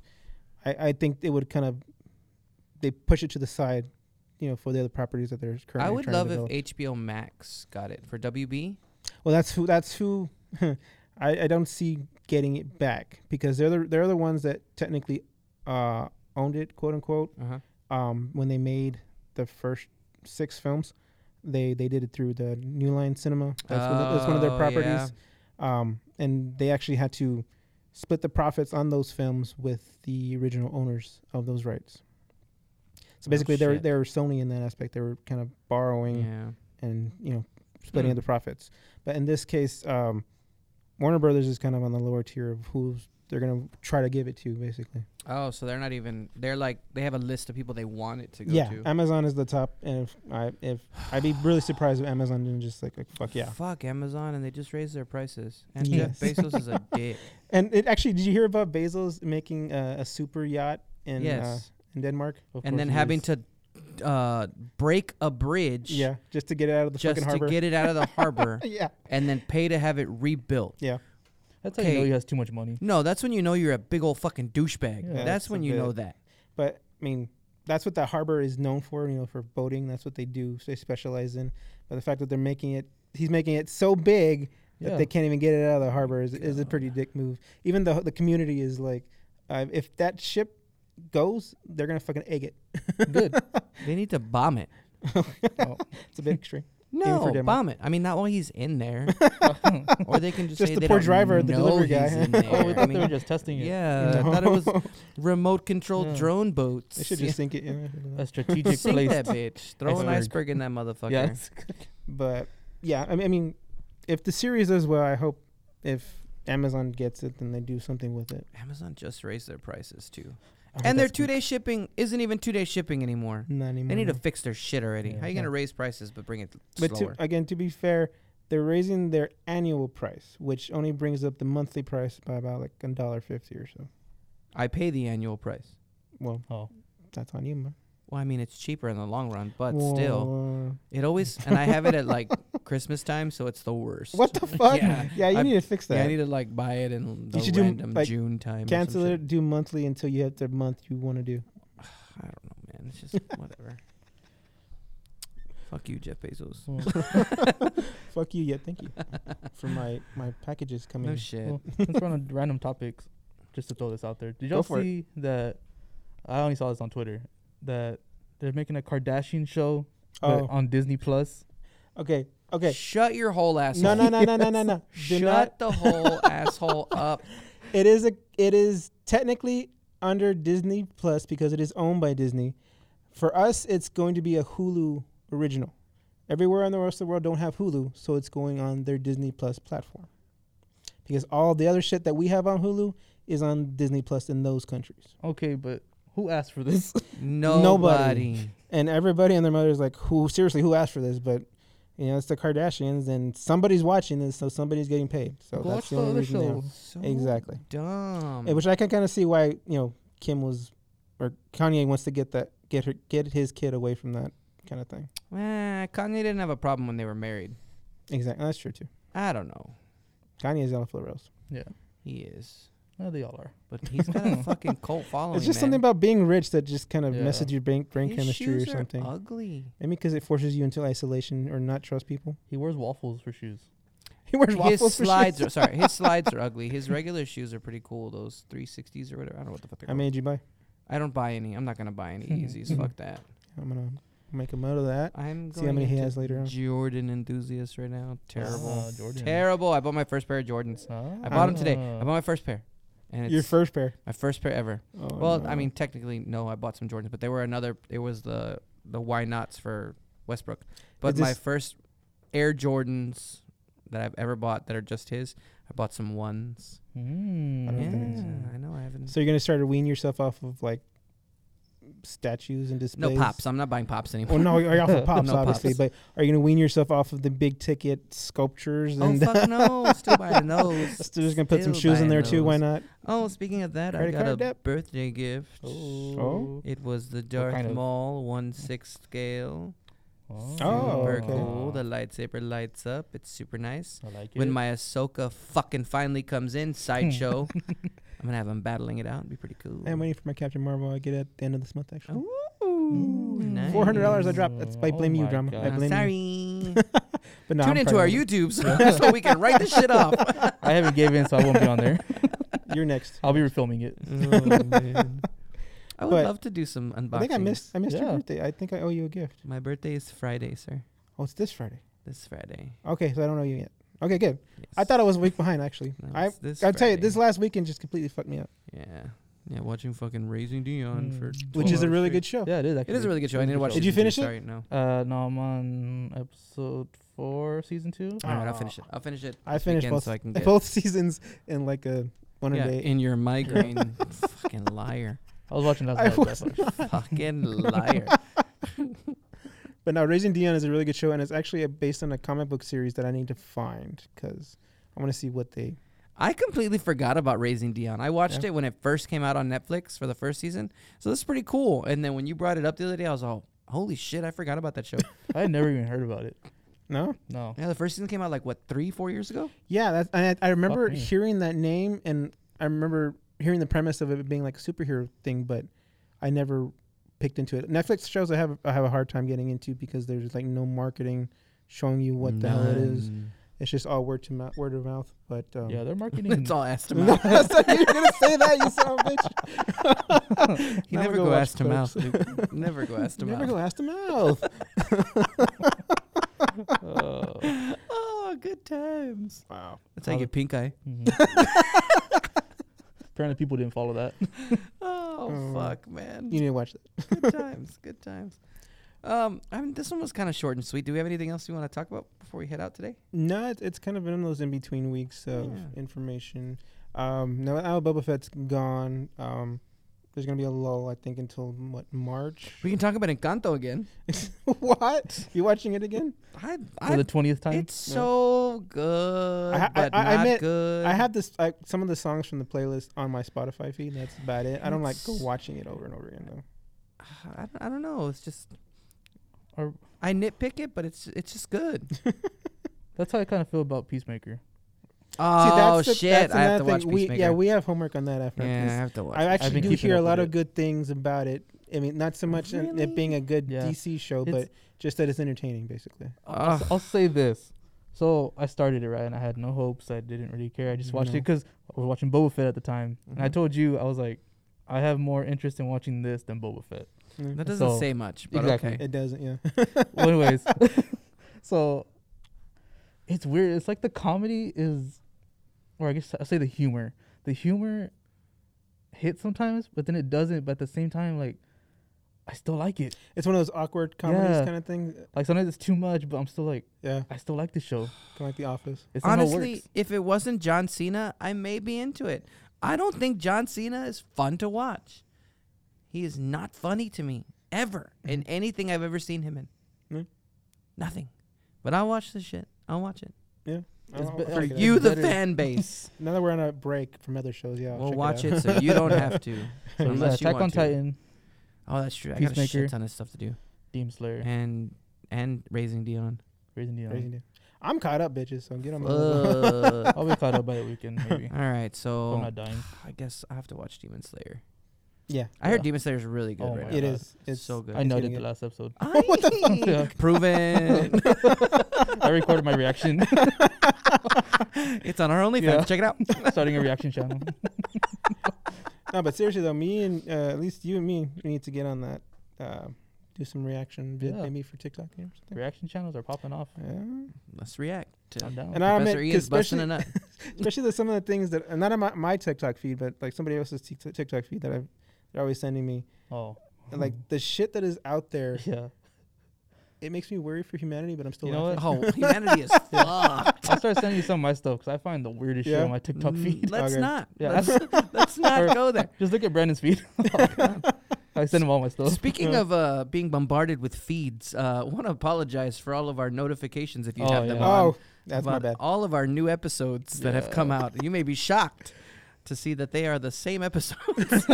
Speaker 3: I I think it would kind of they push it to the side, you know, for the other properties that they're currently.
Speaker 2: I would
Speaker 3: trying to
Speaker 2: love
Speaker 3: develop.
Speaker 2: if HBO Max got it for WB.
Speaker 3: Well, that's who. That's who. I, I don't see getting it back because they're the they're the ones that technically uh, owned it, quote unquote.
Speaker 2: Uh huh.
Speaker 3: Um, when they made the first six films, they they did it through the New Line Cinema. That's, one, of, that's one of their
Speaker 2: Oh,
Speaker 3: properties. Um, and they actually had to split the profits on those films with the original owners of those rights. So
Speaker 2: Oh,
Speaker 3: basically, they're
Speaker 2: shit.
Speaker 3: they're Sony in that aspect. They were kind of borrowing
Speaker 2: Yeah.
Speaker 3: and you know splitting
Speaker 2: Hmm.
Speaker 3: the profits. But in this case, um, Warner Brothers is kind of on the lower tier of who's they're gonna try to give it to, basically.
Speaker 2: Oh, so they're not even. They're like they have a list of people they want it to go
Speaker 3: yeah,
Speaker 2: to.
Speaker 3: Amazon is the top, and if I if I'd be really surprised if Amazon didn't just like, like fuck yeah.
Speaker 2: Fuck Amazon, and they just raised their prices. And
Speaker 3: Yes.
Speaker 2: Jeff Bezos is a dick.
Speaker 3: And it actually, did you hear about Bezos making uh, a super yacht in uh,
Speaker 2: yes.
Speaker 3: in Denmark?
Speaker 2: and then having to uh, break a bridge.
Speaker 3: yeah, just to get it out of the
Speaker 2: Just
Speaker 3: fucking
Speaker 2: to
Speaker 3: harbor.
Speaker 2: get it out of the harbor,
Speaker 3: yeah,
Speaker 2: and then pay to have it rebuilt.
Speaker 3: yeah.
Speaker 1: That's how you know
Speaker 2: Okay.
Speaker 1: he has too much money.
Speaker 2: No, that's when you know you're a big old fucking douchebag.
Speaker 1: Yeah,
Speaker 2: that's,
Speaker 3: that's
Speaker 2: when
Speaker 3: a
Speaker 2: you know
Speaker 3: bit-
Speaker 2: that.
Speaker 3: But I mean, that's what that harbor is known for. You know, for boating, that's what they do. So they specialize in. But the fact that they're making it, he's making it so big that
Speaker 1: Yeah.
Speaker 3: they can't even get it out of the harbor is, is a pretty dick move. Even the the community is like, uh, if that ship goes, they're gonna fucking egg it.
Speaker 1: Good.
Speaker 2: They need to bomb it.
Speaker 3: It's a bit extreme.
Speaker 2: No,
Speaker 3: Denmark.
Speaker 2: bomb it. I mean, not while he's in there. or they can just,
Speaker 3: Just
Speaker 2: say
Speaker 3: the
Speaker 2: they
Speaker 3: poor
Speaker 2: don't
Speaker 3: driver, the
Speaker 2: know
Speaker 3: delivery
Speaker 2: he's
Speaker 3: guy.
Speaker 2: in there.
Speaker 1: oh, we
Speaker 2: I
Speaker 1: thought they were
Speaker 2: mean,
Speaker 1: just testing it.
Speaker 2: yeah, Uh, I thought it was remote controlled
Speaker 1: Yeah.
Speaker 2: drone boats.
Speaker 3: They should
Speaker 2: Yeah.
Speaker 3: just sink it. In.
Speaker 1: A strategic
Speaker 2: Sink
Speaker 1: place.
Speaker 2: that bitch. Throw an
Speaker 1: Iceberg.
Speaker 2: iceberg in that motherfucker.
Speaker 1: Yeah.
Speaker 3: But yeah, I mean, I mean, if the series does well, I hope if Amazon gets it, then they do something with it.
Speaker 2: Amazon just raised their prices too,
Speaker 3: I hope
Speaker 2: and their
Speaker 3: that's
Speaker 2: two day shipping isn't even two day shipping anymore.
Speaker 3: Not anymore.
Speaker 2: They need to
Speaker 3: no.
Speaker 2: fix their shit already.
Speaker 1: Yeah.
Speaker 2: How you gonna
Speaker 3: Mm-hmm. Yeah.
Speaker 2: raise prices but bring it
Speaker 3: But to,
Speaker 2: slower?
Speaker 3: again, to be fair, they're raising their annual price, which only brings up the monthly price by about like a dollar fifty or so.
Speaker 2: I pay the annual price.
Speaker 3: Well,
Speaker 1: Oh.
Speaker 3: that's on you, man.
Speaker 2: Well, I mean it's cheaper in the long run, but still,
Speaker 3: Whoa.
Speaker 2: it always and I have it at like Christmas time, so it's the worst.
Speaker 3: what the fuck?
Speaker 2: Yeah.
Speaker 3: Yeah, you
Speaker 2: I-
Speaker 3: need to fix that.
Speaker 2: Yeah, I need to like buy it in the
Speaker 3: should do,
Speaker 2: random
Speaker 3: like,
Speaker 2: June time. or some
Speaker 3: Cancel
Speaker 2: shit.
Speaker 3: it. Do monthly until you have the month you want to do.
Speaker 2: I don't know, man. It's just whatever. Fuck you, Jeff Bezos.
Speaker 3: Fuck you. Yeah, thank you for my my packages coming.
Speaker 2: No
Speaker 3: in.
Speaker 2: shit.
Speaker 1: Well, since we're on a random topics, just to throw this out there, did y'all
Speaker 3: for it.
Speaker 1: see that? I only saw this on Twitter that they're making a Kardashian show but
Speaker 3: oh,
Speaker 1: on Disney Plus.
Speaker 3: okay, okay.
Speaker 2: Shut your whole asshole.
Speaker 3: No, no, no, no, no, no, no. Do
Speaker 2: Shut
Speaker 3: not.
Speaker 2: the whole asshole up.
Speaker 3: It is a. It is technically under Disney Plus because it is owned by Disney. For us, it's going to be a Hulu original. Everywhere in the rest of the world don't have Hulu, so it's going on their Disney Plus platform. Because all the other shit that we have on Hulu is on Disney Plus in those countries.
Speaker 1: Okay, but who asked for this?
Speaker 2: Nobody.
Speaker 3: And everybody and their mother is like, "Who seriously? Who asked for this?" But you know, it's the Kardashians, and somebody's watching this, so somebody's getting paid. So
Speaker 1: Go
Speaker 3: that's
Speaker 1: watch
Speaker 3: the
Speaker 1: the
Speaker 3: only
Speaker 1: other
Speaker 3: reason. they have-
Speaker 1: show.
Speaker 2: So
Speaker 3: Exactly.
Speaker 2: dumb.
Speaker 3: Yeah, which I can kind of see why you know Kim was or Kanye wants to get that get her get his kid away from that kind of thing.
Speaker 2: Eh, Kanye didn't have a problem when they were married.
Speaker 3: Exactly, that's true too.
Speaker 2: I don't know.
Speaker 3: Kanye is off the rails.
Speaker 1: Yeah.
Speaker 2: He is,
Speaker 1: Yeah, they all are.
Speaker 2: but he's got a fucking cult following.
Speaker 3: it's just
Speaker 2: man.
Speaker 3: something about being rich that just kind of
Speaker 1: Yeah.
Speaker 3: messes your brain, brain
Speaker 2: His
Speaker 3: chemistry or
Speaker 2: shoes are
Speaker 3: something.
Speaker 2: Ugly.
Speaker 3: Maybe because it forces you into isolation or not trust people.
Speaker 1: He wears waffles for shoes.
Speaker 3: He wears
Speaker 2: His
Speaker 3: waffles for
Speaker 2: slides
Speaker 3: shoes.
Speaker 2: are sorry. His slides are ugly. His regular shoes are pretty cool. Those 360s or whatever. I don't know what the fuck they're
Speaker 3: I
Speaker 2: called.
Speaker 3: made you buy.
Speaker 2: I don't buy any. I'm not gonna buy any Yeezys. Fuck that.
Speaker 3: I'm gonna make a note of that.
Speaker 2: I'm
Speaker 3: See
Speaker 2: going
Speaker 3: how many he
Speaker 2: into
Speaker 3: has later on.
Speaker 2: Jordan enthusiast right now. Terrible.
Speaker 1: Ah, Jordan. Ah.
Speaker 2: Terrible. I bought my first pair of Jordans. I bought them today.
Speaker 1: Oh.
Speaker 2: I bought my first pair. And it's
Speaker 3: Your first pair.
Speaker 2: my first pair ever.
Speaker 3: Oh,
Speaker 2: well,
Speaker 3: no.
Speaker 2: I mean technically no, I bought some Jordans, but they were another it was the the why nots for Westbrook. But
Speaker 3: Is
Speaker 2: my
Speaker 3: this-
Speaker 2: first Air Jordans that I've ever bought that are just his, I bought some ones.
Speaker 1: Mm.
Speaker 3: I
Speaker 2: Yeah,
Speaker 3: don't think it's-
Speaker 2: I know I haven't
Speaker 3: Mm-hmm. So you're gonna start to wean yourself off of like statues and
Speaker 2: No
Speaker 3: displays.
Speaker 2: pops. I'm not buying pops anymore.
Speaker 3: Well, Oh, no, you're off of pops,
Speaker 2: No
Speaker 3: obviously.
Speaker 2: pops.
Speaker 3: But are you gonna wean yourself off of the big ticket sculptures?
Speaker 2: oh
Speaker 3: And
Speaker 2: fuck no! Still buying those.
Speaker 3: Still just gonna put some
Speaker 2: Still
Speaker 3: shoes in there
Speaker 2: buying
Speaker 3: too. Why
Speaker 2: those.
Speaker 3: not?
Speaker 2: Oh, speaking of that, I
Speaker 3: Credit
Speaker 2: got
Speaker 3: card
Speaker 2: a
Speaker 3: debt?
Speaker 2: birthday gift.
Speaker 1: Oh.
Speaker 2: It was the Darth
Speaker 1: kind of-
Speaker 2: Maul one sixth scale.
Speaker 1: Oh.
Speaker 2: super
Speaker 3: okay.
Speaker 2: cool. The lightsaber lights up. It's super nice.
Speaker 1: I like
Speaker 2: When
Speaker 1: it.
Speaker 2: my Ahsoka fucking finally comes in, sideshow, I'm gonna have him battling it out. It'd be pretty cool.
Speaker 3: I'm waiting for my Captain Marvel. I get it at the end of this month actually.
Speaker 2: Oh. Ooh, nice.
Speaker 3: Four hundred dollars I dropped. That's I
Speaker 1: Oh
Speaker 3: blame you,
Speaker 1: my
Speaker 3: drama. I
Speaker 1: God.
Speaker 3: blame
Speaker 2: I'm
Speaker 3: you.
Speaker 2: sorry.
Speaker 3: But no,
Speaker 2: Tune
Speaker 3: I'm
Speaker 2: into
Speaker 3: proud
Speaker 2: our
Speaker 3: of you.
Speaker 2: YouTube so, so we can write this shit off.
Speaker 1: I haven't gave in, so I won't be on there.
Speaker 3: You're next.
Speaker 1: I'll be refilming it.
Speaker 2: I would
Speaker 3: Oh, But-
Speaker 2: love to do some unboxing.
Speaker 3: I think I missed. I missed your
Speaker 1: Yeah.
Speaker 3: birthday. I think I owe you a gift.
Speaker 2: My birthday is Friday, sir.
Speaker 3: Oh, it's this Friday.
Speaker 2: This Friday.
Speaker 3: Okay, so I don't owe you yet. Okay, good. I
Speaker 2: Yes.
Speaker 3: thought I was a week behind actually.
Speaker 2: No,
Speaker 3: I
Speaker 2: it's this
Speaker 3: I'll tell you,
Speaker 2: Friday.
Speaker 3: this last weekend just completely fucked me up,
Speaker 2: Yeah. Yeah, watching fucking Raising Dion
Speaker 1: Mm.
Speaker 2: for
Speaker 3: which
Speaker 2: 12
Speaker 3: is a
Speaker 2: hours
Speaker 3: really
Speaker 2: straight.
Speaker 3: good show.
Speaker 1: Yeah, it is actually.
Speaker 2: It is a really good show. I
Speaker 1: It's
Speaker 2: need to
Speaker 1: good
Speaker 2: watch.
Speaker 1: show.
Speaker 3: Did you
Speaker 2: season two.
Speaker 3: finish it?
Speaker 2: Sorry, no.
Speaker 1: Uh, no, I'm on episode four, season two.
Speaker 2: All right, I'll
Speaker 3: Ah.
Speaker 2: finish it. I'll finish it.
Speaker 3: I
Speaker 2: this
Speaker 3: finished
Speaker 2: weekend
Speaker 3: both-
Speaker 2: so I can get
Speaker 3: Both seasons in like a one
Speaker 2: yeah,
Speaker 3: a day.
Speaker 2: in your migraine. fucking liar.
Speaker 1: I was watching last
Speaker 3: I
Speaker 1: night.
Speaker 3: was
Speaker 1: that's why.
Speaker 2: fucking liar.
Speaker 3: But now Raising Dion is a really good show, and it's actually uh based on a comic book series that I need to find because I want to see what they.
Speaker 2: I completely forgot about Raising Dion. I watched
Speaker 3: Yeah.
Speaker 2: it when it first came out on Netflix for the first season. So this is pretty cool. And then when you brought it up the other day, I was all, holy shit, I forgot about that show.
Speaker 1: I had never even heard about it.
Speaker 3: No.
Speaker 1: No.
Speaker 2: yeah, the first season came out like, what, three, four years ago?
Speaker 3: Yeah, that's, and I, I remember
Speaker 1: me.
Speaker 3: hearing that name, and I remember hearing the premise of it being like a superhero thing, but I never picked into it. Netflix shows I have I have a hard time getting into because there's like no marketing showing you what the hell it is.
Speaker 2: None.
Speaker 3: It's just all word to mouth, word of mouth. But um,
Speaker 1: Yeah, they're marketing.
Speaker 2: It's all asked him
Speaker 3: No,
Speaker 2: out.
Speaker 3: I thought you were gonna say that, you son of a bitch.
Speaker 2: You
Speaker 3: Now
Speaker 2: never
Speaker 3: we go
Speaker 2: go
Speaker 3: watch
Speaker 2: ass to
Speaker 3: Clerks.
Speaker 2: mouth, Luke. Never go ass to
Speaker 3: Never
Speaker 2: mouth.
Speaker 3: go ask the mouth.
Speaker 1: Oh.
Speaker 2: Oh, good times.
Speaker 3: wow.
Speaker 2: That's how you
Speaker 1: How
Speaker 2: get pink eye.
Speaker 1: Mhm. Apparently, people didn't follow that.
Speaker 2: Oh,
Speaker 3: Oh.
Speaker 2: fuck, man.
Speaker 3: You need to watch that.
Speaker 2: good times. Good times. Um, I mean, this one was kind of short and sweet. Do we have anything else you want to talk about before we head out today?
Speaker 3: No, it, it's kind of been one of those in between weeks of
Speaker 2: Yeah.
Speaker 3: information. Um, no, now Boba Fett's gone. Um, there's gonna be a lull, I think, until what March?
Speaker 2: We can talk about Encanto again.
Speaker 3: what? You watching it again?
Speaker 2: I,
Speaker 1: For
Speaker 2: I
Speaker 1: the twentieth time.
Speaker 2: it's so good,
Speaker 3: I- I-
Speaker 2: but
Speaker 3: I- I
Speaker 2: not
Speaker 3: meant-
Speaker 2: good.
Speaker 3: I have this I, some of the songs from the playlist on my Spotify feed. and That's about it. I don't like go
Speaker 2: It's-
Speaker 3: watching it over and over again though.
Speaker 2: I don't, I don't know. It's just.
Speaker 1: Or-
Speaker 2: I nitpick it, but it's it's just good.
Speaker 1: That's how I kind of feel about Peacemaker.
Speaker 2: Oh
Speaker 3: the-
Speaker 2: shit! I have to
Speaker 3: another
Speaker 2: watch
Speaker 3: thing.
Speaker 2: Peacemaker.
Speaker 3: We, yeah, we have homework on that after.
Speaker 2: Yeah, I have to watch.
Speaker 3: I
Speaker 2: it.
Speaker 3: actually
Speaker 1: been
Speaker 3: do
Speaker 1: keeping
Speaker 3: hear a
Speaker 1: up
Speaker 3: lot
Speaker 1: with
Speaker 3: of
Speaker 1: it.
Speaker 3: good things about it. I mean, not so much in
Speaker 2: Really?
Speaker 3: it being a good
Speaker 1: Yeah.
Speaker 3: DC show, but
Speaker 1: It's-
Speaker 3: just that it's entertaining, basically.
Speaker 1: I'll,
Speaker 2: Ugh.
Speaker 1: I'll say this. So I started it right, and I had no hopes. I didn't really care. I just watched
Speaker 3: No.
Speaker 1: it 'cause it because I was watching Boba Fett at the time, and I
Speaker 2: Mhm.
Speaker 1: told you I was like, I have more interest in watching this than Boba Fett.
Speaker 3: Mm.
Speaker 2: that doesn't
Speaker 1: so-
Speaker 2: say much. But
Speaker 1: Exactly.
Speaker 2: Okay.
Speaker 3: It doesn't, yeah.
Speaker 1: well, anyways, so it's weird. It's like the comedy is, or I guess I say the humor. The humor hits sometimes, but then it doesn't. But at the same time, like I still like it.
Speaker 3: It's one of those awkward comedies
Speaker 1: Yeah.
Speaker 3: kind of things.
Speaker 1: Like sometimes it's too much, but I'm still like
Speaker 3: Yeah,
Speaker 1: I still like the show.
Speaker 3: kind of like The Office.
Speaker 1: It's not how it
Speaker 2: Honestly,
Speaker 1: works.
Speaker 2: if it wasn't John Cena, I may be into it. I don't think John Cena is fun to watch. He is not funny to me ever in anything I've ever seen him in.
Speaker 3: Mm.
Speaker 2: Nothing. But I'll watch this shit. I'll watch it.
Speaker 3: I
Speaker 1: It's
Speaker 3: don't-
Speaker 1: be-
Speaker 3: I'll
Speaker 1: for
Speaker 3: check it out.
Speaker 2: you, the
Speaker 3: Better-
Speaker 2: fan base.
Speaker 3: Now that we're on a break from other shows, yeah. I'll
Speaker 2: we'll
Speaker 3: check
Speaker 2: watch it,
Speaker 3: it, out.
Speaker 2: so you don't have to.
Speaker 1: So yeah,
Speaker 2: unless you
Speaker 1: Attack
Speaker 2: want
Speaker 1: on
Speaker 2: to.
Speaker 1: Titan,
Speaker 2: Oh, that's true. I got a
Speaker 1: Peacemaker.
Speaker 2: shit ton of stuff to do.
Speaker 1: Demon Slayer.
Speaker 2: And and raising Dion.
Speaker 1: Raising the
Speaker 3: Crazy
Speaker 1: Island.
Speaker 3: dude. I'm caught up, bitches. So get on my.
Speaker 2: Fuck.
Speaker 1: I'll be caught up by the weekend, maybe. if
Speaker 2: All right,
Speaker 1: I'm
Speaker 2: so
Speaker 1: not dying.
Speaker 2: I guess I have to watch Demon Slayer.
Speaker 3: yeah,
Speaker 2: I heard
Speaker 1: Yeah.
Speaker 2: Demon Slayer is really good
Speaker 1: Oh
Speaker 2: right
Speaker 1: my
Speaker 2: now.
Speaker 3: it
Speaker 1: God.
Speaker 3: is.
Speaker 2: It's
Speaker 3: It's
Speaker 2: so good.
Speaker 1: I noted
Speaker 3: getting it.
Speaker 1: the last episode.
Speaker 2: what the fuck?
Speaker 1: Yeah.
Speaker 2: Proven.
Speaker 1: I recorded my reaction,
Speaker 2: it's on our OnlyFans.
Speaker 1: Yeah.
Speaker 2: Check it out.
Speaker 1: starting a reaction channel.
Speaker 3: No, but seriously though, me and uh, at least you and me, we need to get on that. Uh, do some reaction vid
Speaker 1: Yeah.
Speaker 3: maybe for TikTok or something.
Speaker 1: Reaction channels are popping off.
Speaker 3: Yeah.
Speaker 2: Let's react. To
Speaker 1: I'm down.
Speaker 3: And I
Speaker 2: Professor
Speaker 3: meant,
Speaker 2: Ian's busting
Speaker 3: especially,
Speaker 2: a nut.
Speaker 3: especially the, some of the things that not on my, my TikTok feed, but like somebody else's Tik- TikTok feed that I've, they're always sending me.
Speaker 1: oh,
Speaker 3: And, like
Speaker 2: Mm.
Speaker 3: the shit that is out there,
Speaker 1: yeah.
Speaker 3: it makes me worry for humanity. But I'm still
Speaker 1: You know
Speaker 3: laughing.
Speaker 1: what?
Speaker 2: Oh, humanity is fucked.
Speaker 1: I'll start sending you some of my stuff because I find the weirdest shit
Speaker 3: Yeah.
Speaker 1: on my TikTok
Speaker 2: Mm,
Speaker 1: feed.
Speaker 2: Let's
Speaker 3: Okay.
Speaker 2: not.
Speaker 1: Yeah.
Speaker 2: Let's, let's not
Speaker 1: Or-
Speaker 2: go there.
Speaker 1: Just look at Brandon's feed. Oh, I send him all my stuff.
Speaker 2: Speaking of uh, being bombarded with feeds, uh, want to apologize for all of our notifications if you
Speaker 1: Oh,
Speaker 2: have them
Speaker 1: yeah.
Speaker 2: on.
Speaker 3: Oh, that's my
Speaker 2: about
Speaker 3: bad.
Speaker 2: All of our new episodes that have come out. You may be shocked to see that they are the same episodes.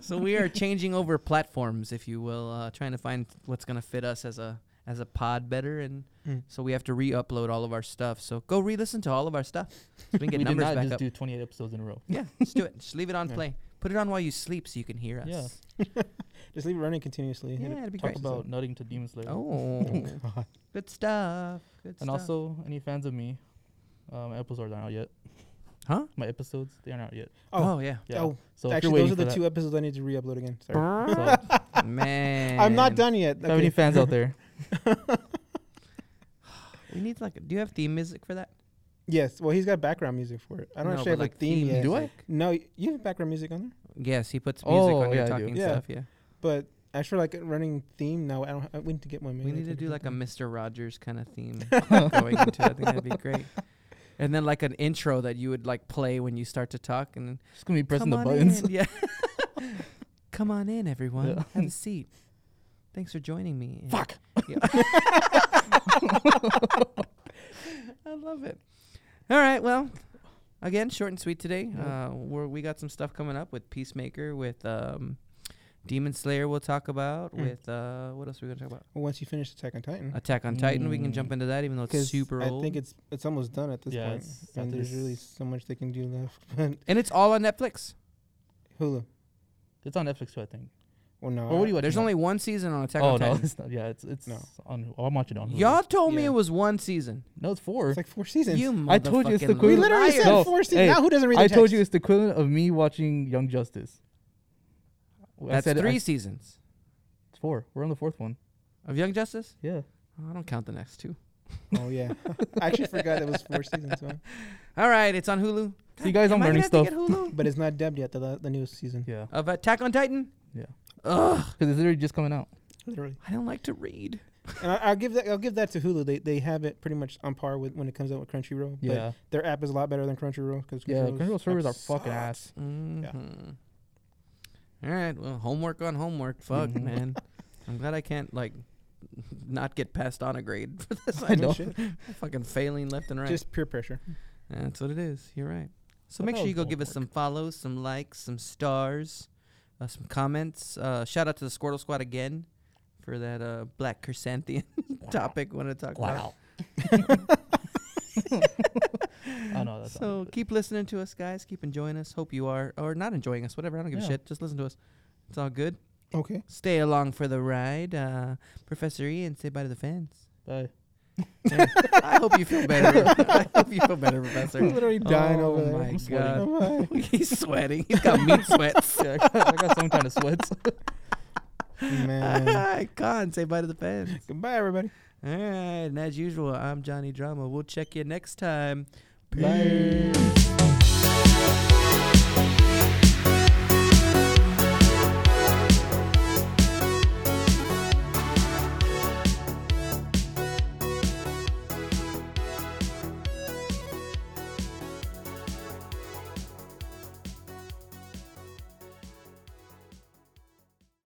Speaker 2: so we are changing over platforms, if you will, uh, trying to find what's going to fit us as a as a pod better, and
Speaker 3: Mm.
Speaker 2: so we have to re-upload all of our stuff. So go re-listen to all of our stuff. So we can get
Speaker 1: we did
Speaker 2: numbers
Speaker 1: not
Speaker 2: back
Speaker 1: just
Speaker 2: up.
Speaker 1: do 28 episodes in a row.
Speaker 2: yeah, just do it. Just leave it on
Speaker 3: Yeah.
Speaker 2: play. Put it on while you sleep so you can hear us.
Speaker 1: Yeah.
Speaker 3: Just leave it running continuously.
Speaker 2: Yeah,
Speaker 3: Hit it.
Speaker 2: it'd be
Speaker 1: Talk
Speaker 2: great.
Speaker 1: about nutting to Demon Slayer.
Speaker 2: oh,
Speaker 3: God.
Speaker 2: good stuff. Good stuff.
Speaker 1: and also, any fans of me, uh, my episodes aren't out yet.
Speaker 2: Huh?
Speaker 1: My episodes, they aren't out yet.
Speaker 3: Oh,
Speaker 2: oh yeah.
Speaker 1: Yeah.
Speaker 3: oh,
Speaker 1: so if
Speaker 3: actually,
Speaker 1: you're
Speaker 3: those are
Speaker 1: waiting
Speaker 3: the
Speaker 1: for
Speaker 3: two episodes I need to re-upload again. Sorry,
Speaker 1: that- so
Speaker 2: Man,
Speaker 3: I'm not done yet.
Speaker 1: if you have any
Speaker 3: Okay.
Speaker 1: fans out there,
Speaker 2: We need like, do you have theme music for that?
Speaker 3: Yes, well, he's got background music for it. I don't
Speaker 2: No,
Speaker 3: actually
Speaker 2: but,
Speaker 3: have
Speaker 2: like,
Speaker 3: a theme
Speaker 2: theme
Speaker 3: yet.
Speaker 1: do I?
Speaker 2: music.
Speaker 3: No, y- you have background music on there,
Speaker 2: Yes, he puts music
Speaker 1: Oh,
Speaker 2: when
Speaker 1: yeah,
Speaker 2: you're
Speaker 1: I do.
Speaker 2: talking
Speaker 3: Yeah.
Speaker 2: stuff. Yeah,
Speaker 3: but as for like a running theme, no, I don't. I, we need to get one.
Speaker 2: we
Speaker 3: maybe
Speaker 2: need to
Speaker 3: later.
Speaker 2: do like a Mister Rogers kind of theme going into. it. I think that'd be great. And then like an intro that you would like play when you start to talk, and then
Speaker 1: just gonna be
Speaker 2: "Come
Speaker 1: pressing the
Speaker 2: on
Speaker 1: buttons.
Speaker 2: in." Yeah. Come on in, everyone.
Speaker 1: Yeah.
Speaker 2: Have a seat. Thanks for joining me. and-
Speaker 1: Fuck.
Speaker 2: Yeah. I love it. All right. Well, again, short and sweet today.
Speaker 1: Yeah.
Speaker 2: Uh, we're, we got some stuff coming up with Peacemaker, with um, Demon Slayer. We'll talk about
Speaker 3: Mm.
Speaker 2: with uh, what else are we gonna talk about?
Speaker 3: Well, once you finish Attack on Titan,
Speaker 2: Attack on Titan. We can
Speaker 1: Mm.
Speaker 2: jump into that, even though it's super
Speaker 3: I
Speaker 2: old.
Speaker 3: think it's it's almost done at this
Speaker 1: Yeah,
Speaker 3: point.
Speaker 1: it's-
Speaker 3: And
Speaker 1: that
Speaker 3: there's
Speaker 1: is-
Speaker 3: really so much they can do left. But
Speaker 2: and it's all on Netflix.
Speaker 3: Hulu.
Speaker 1: It's on Netflix too, I think.
Speaker 3: Well, no.
Speaker 1: Or what do you watch?
Speaker 2: There's only one season on Attack
Speaker 1: Oh
Speaker 2: on
Speaker 1: no,
Speaker 2: Titan.
Speaker 1: it's not. Yeah, it's it's
Speaker 3: No.
Speaker 1: on. Oh, I'm watching it on. Hulu.
Speaker 2: Y'all told me
Speaker 3: Yeah.
Speaker 2: it was one season.
Speaker 1: No, it's four.
Speaker 3: It's like four seasons.
Speaker 2: You
Speaker 1: I told you it's the
Speaker 2: motherfucking
Speaker 3: we
Speaker 1: Queen-
Speaker 3: literally said
Speaker 1: No,
Speaker 3: four seasons.
Speaker 1: hey,
Speaker 3: now who doesn't read?
Speaker 1: I
Speaker 3: the
Speaker 1: told you
Speaker 3: text?
Speaker 1: it's the equivalent of me watching Young Justice. I
Speaker 2: That's
Speaker 1: said it- I-
Speaker 2: three seasons
Speaker 1: it's four. We're on the fourth one.
Speaker 2: of Young Justice.
Speaker 1: Yeah.
Speaker 2: Oh, I don't count the next two.
Speaker 3: Oh yeah. I actually forgot it was four seasons. huh?
Speaker 2: All right, it's on Hulu.
Speaker 1: See, guys,
Speaker 2: Am
Speaker 1: I'm
Speaker 2: I gonna
Speaker 1: learning
Speaker 2: have to
Speaker 1: stuff.
Speaker 2: get Hulu?
Speaker 3: But it's not dubbed yet. The la- the newest season.
Speaker 1: Yeah.
Speaker 2: of Attack on Titan.
Speaker 1: Yeah.
Speaker 2: Ugh,
Speaker 1: Because it's literally just coming out.
Speaker 3: Literally.
Speaker 2: I don't like to read.
Speaker 3: And I, I'll give that. I'll give that to Hulu. They they have it pretty much on par with when it comes out with Crunchyroll. but
Speaker 1: Yeah.
Speaker 3: their app is a lot better than Crunchyroll because
Speaker 1: Yeah. Crunchyroll servers are fucking ass. Mm-hmm.
Speaker 2: Mhm. All right. Well, homework on homework. Fuck,
Speaker 1: Mhm.
Speaker 2: man. I'm glad I can't like not get passed on a grade for this.
Speaker 1: I know.
Speaker 2: I'm fucking failing left and right.
Speaker 3: Just peer pressure.
Speaker 2: That's what it is. You're right. So
Speaker 1: I
Speaker 2: make
Speaker 1: thought
Speaker 2: sure
Speaker 1: it
Speaker 2: you go
Speaker 1: was
Speaker 2: give us some
Speaker 1: homework.
Speaker 2: follows, some likes, some stars, uh, some comments. Uh, shout out to the Squirtle Squad again for that uh, black chrysanthemum topic. Want to talk about?
Speaker 1: I know that's not
Speaker 2: So
Speaker 1: it.
Speaker 2: keep listening to us, guys. Keep enjoying us. Hope you are, or not enjoying us, whatever. I don't give a
Speaker 1: Yeah.
Speaker 2: shit. Just listen to us. It's all good.
Speaker 3: Okay.
Speaker 2: Stay along for the ride. Uh, Professor Ian, say bye to the fans.
Speaker 1: Bye.
Speaker 2: I hope you feel better. I hope you feel better, Professor.
Speaker 3: literally dying
Speaker 2: oh
Speaker 3: over there.
Speaker 2: my
Speaker 1: I'm sweating.
Speaker 2: god, he's sweating. He's got meat sweats.
Speaker 1: Yeah, I got, I got some kind of sweats.
Speaker 3: Man.
Speaker 2: I can't say bye to the fans.
Speaker 3: Goodbye, everybody.
Speaker 2: All right, and as usual, I'm Johnny Drama. We'll check you next time.
Speaker 3: Bye.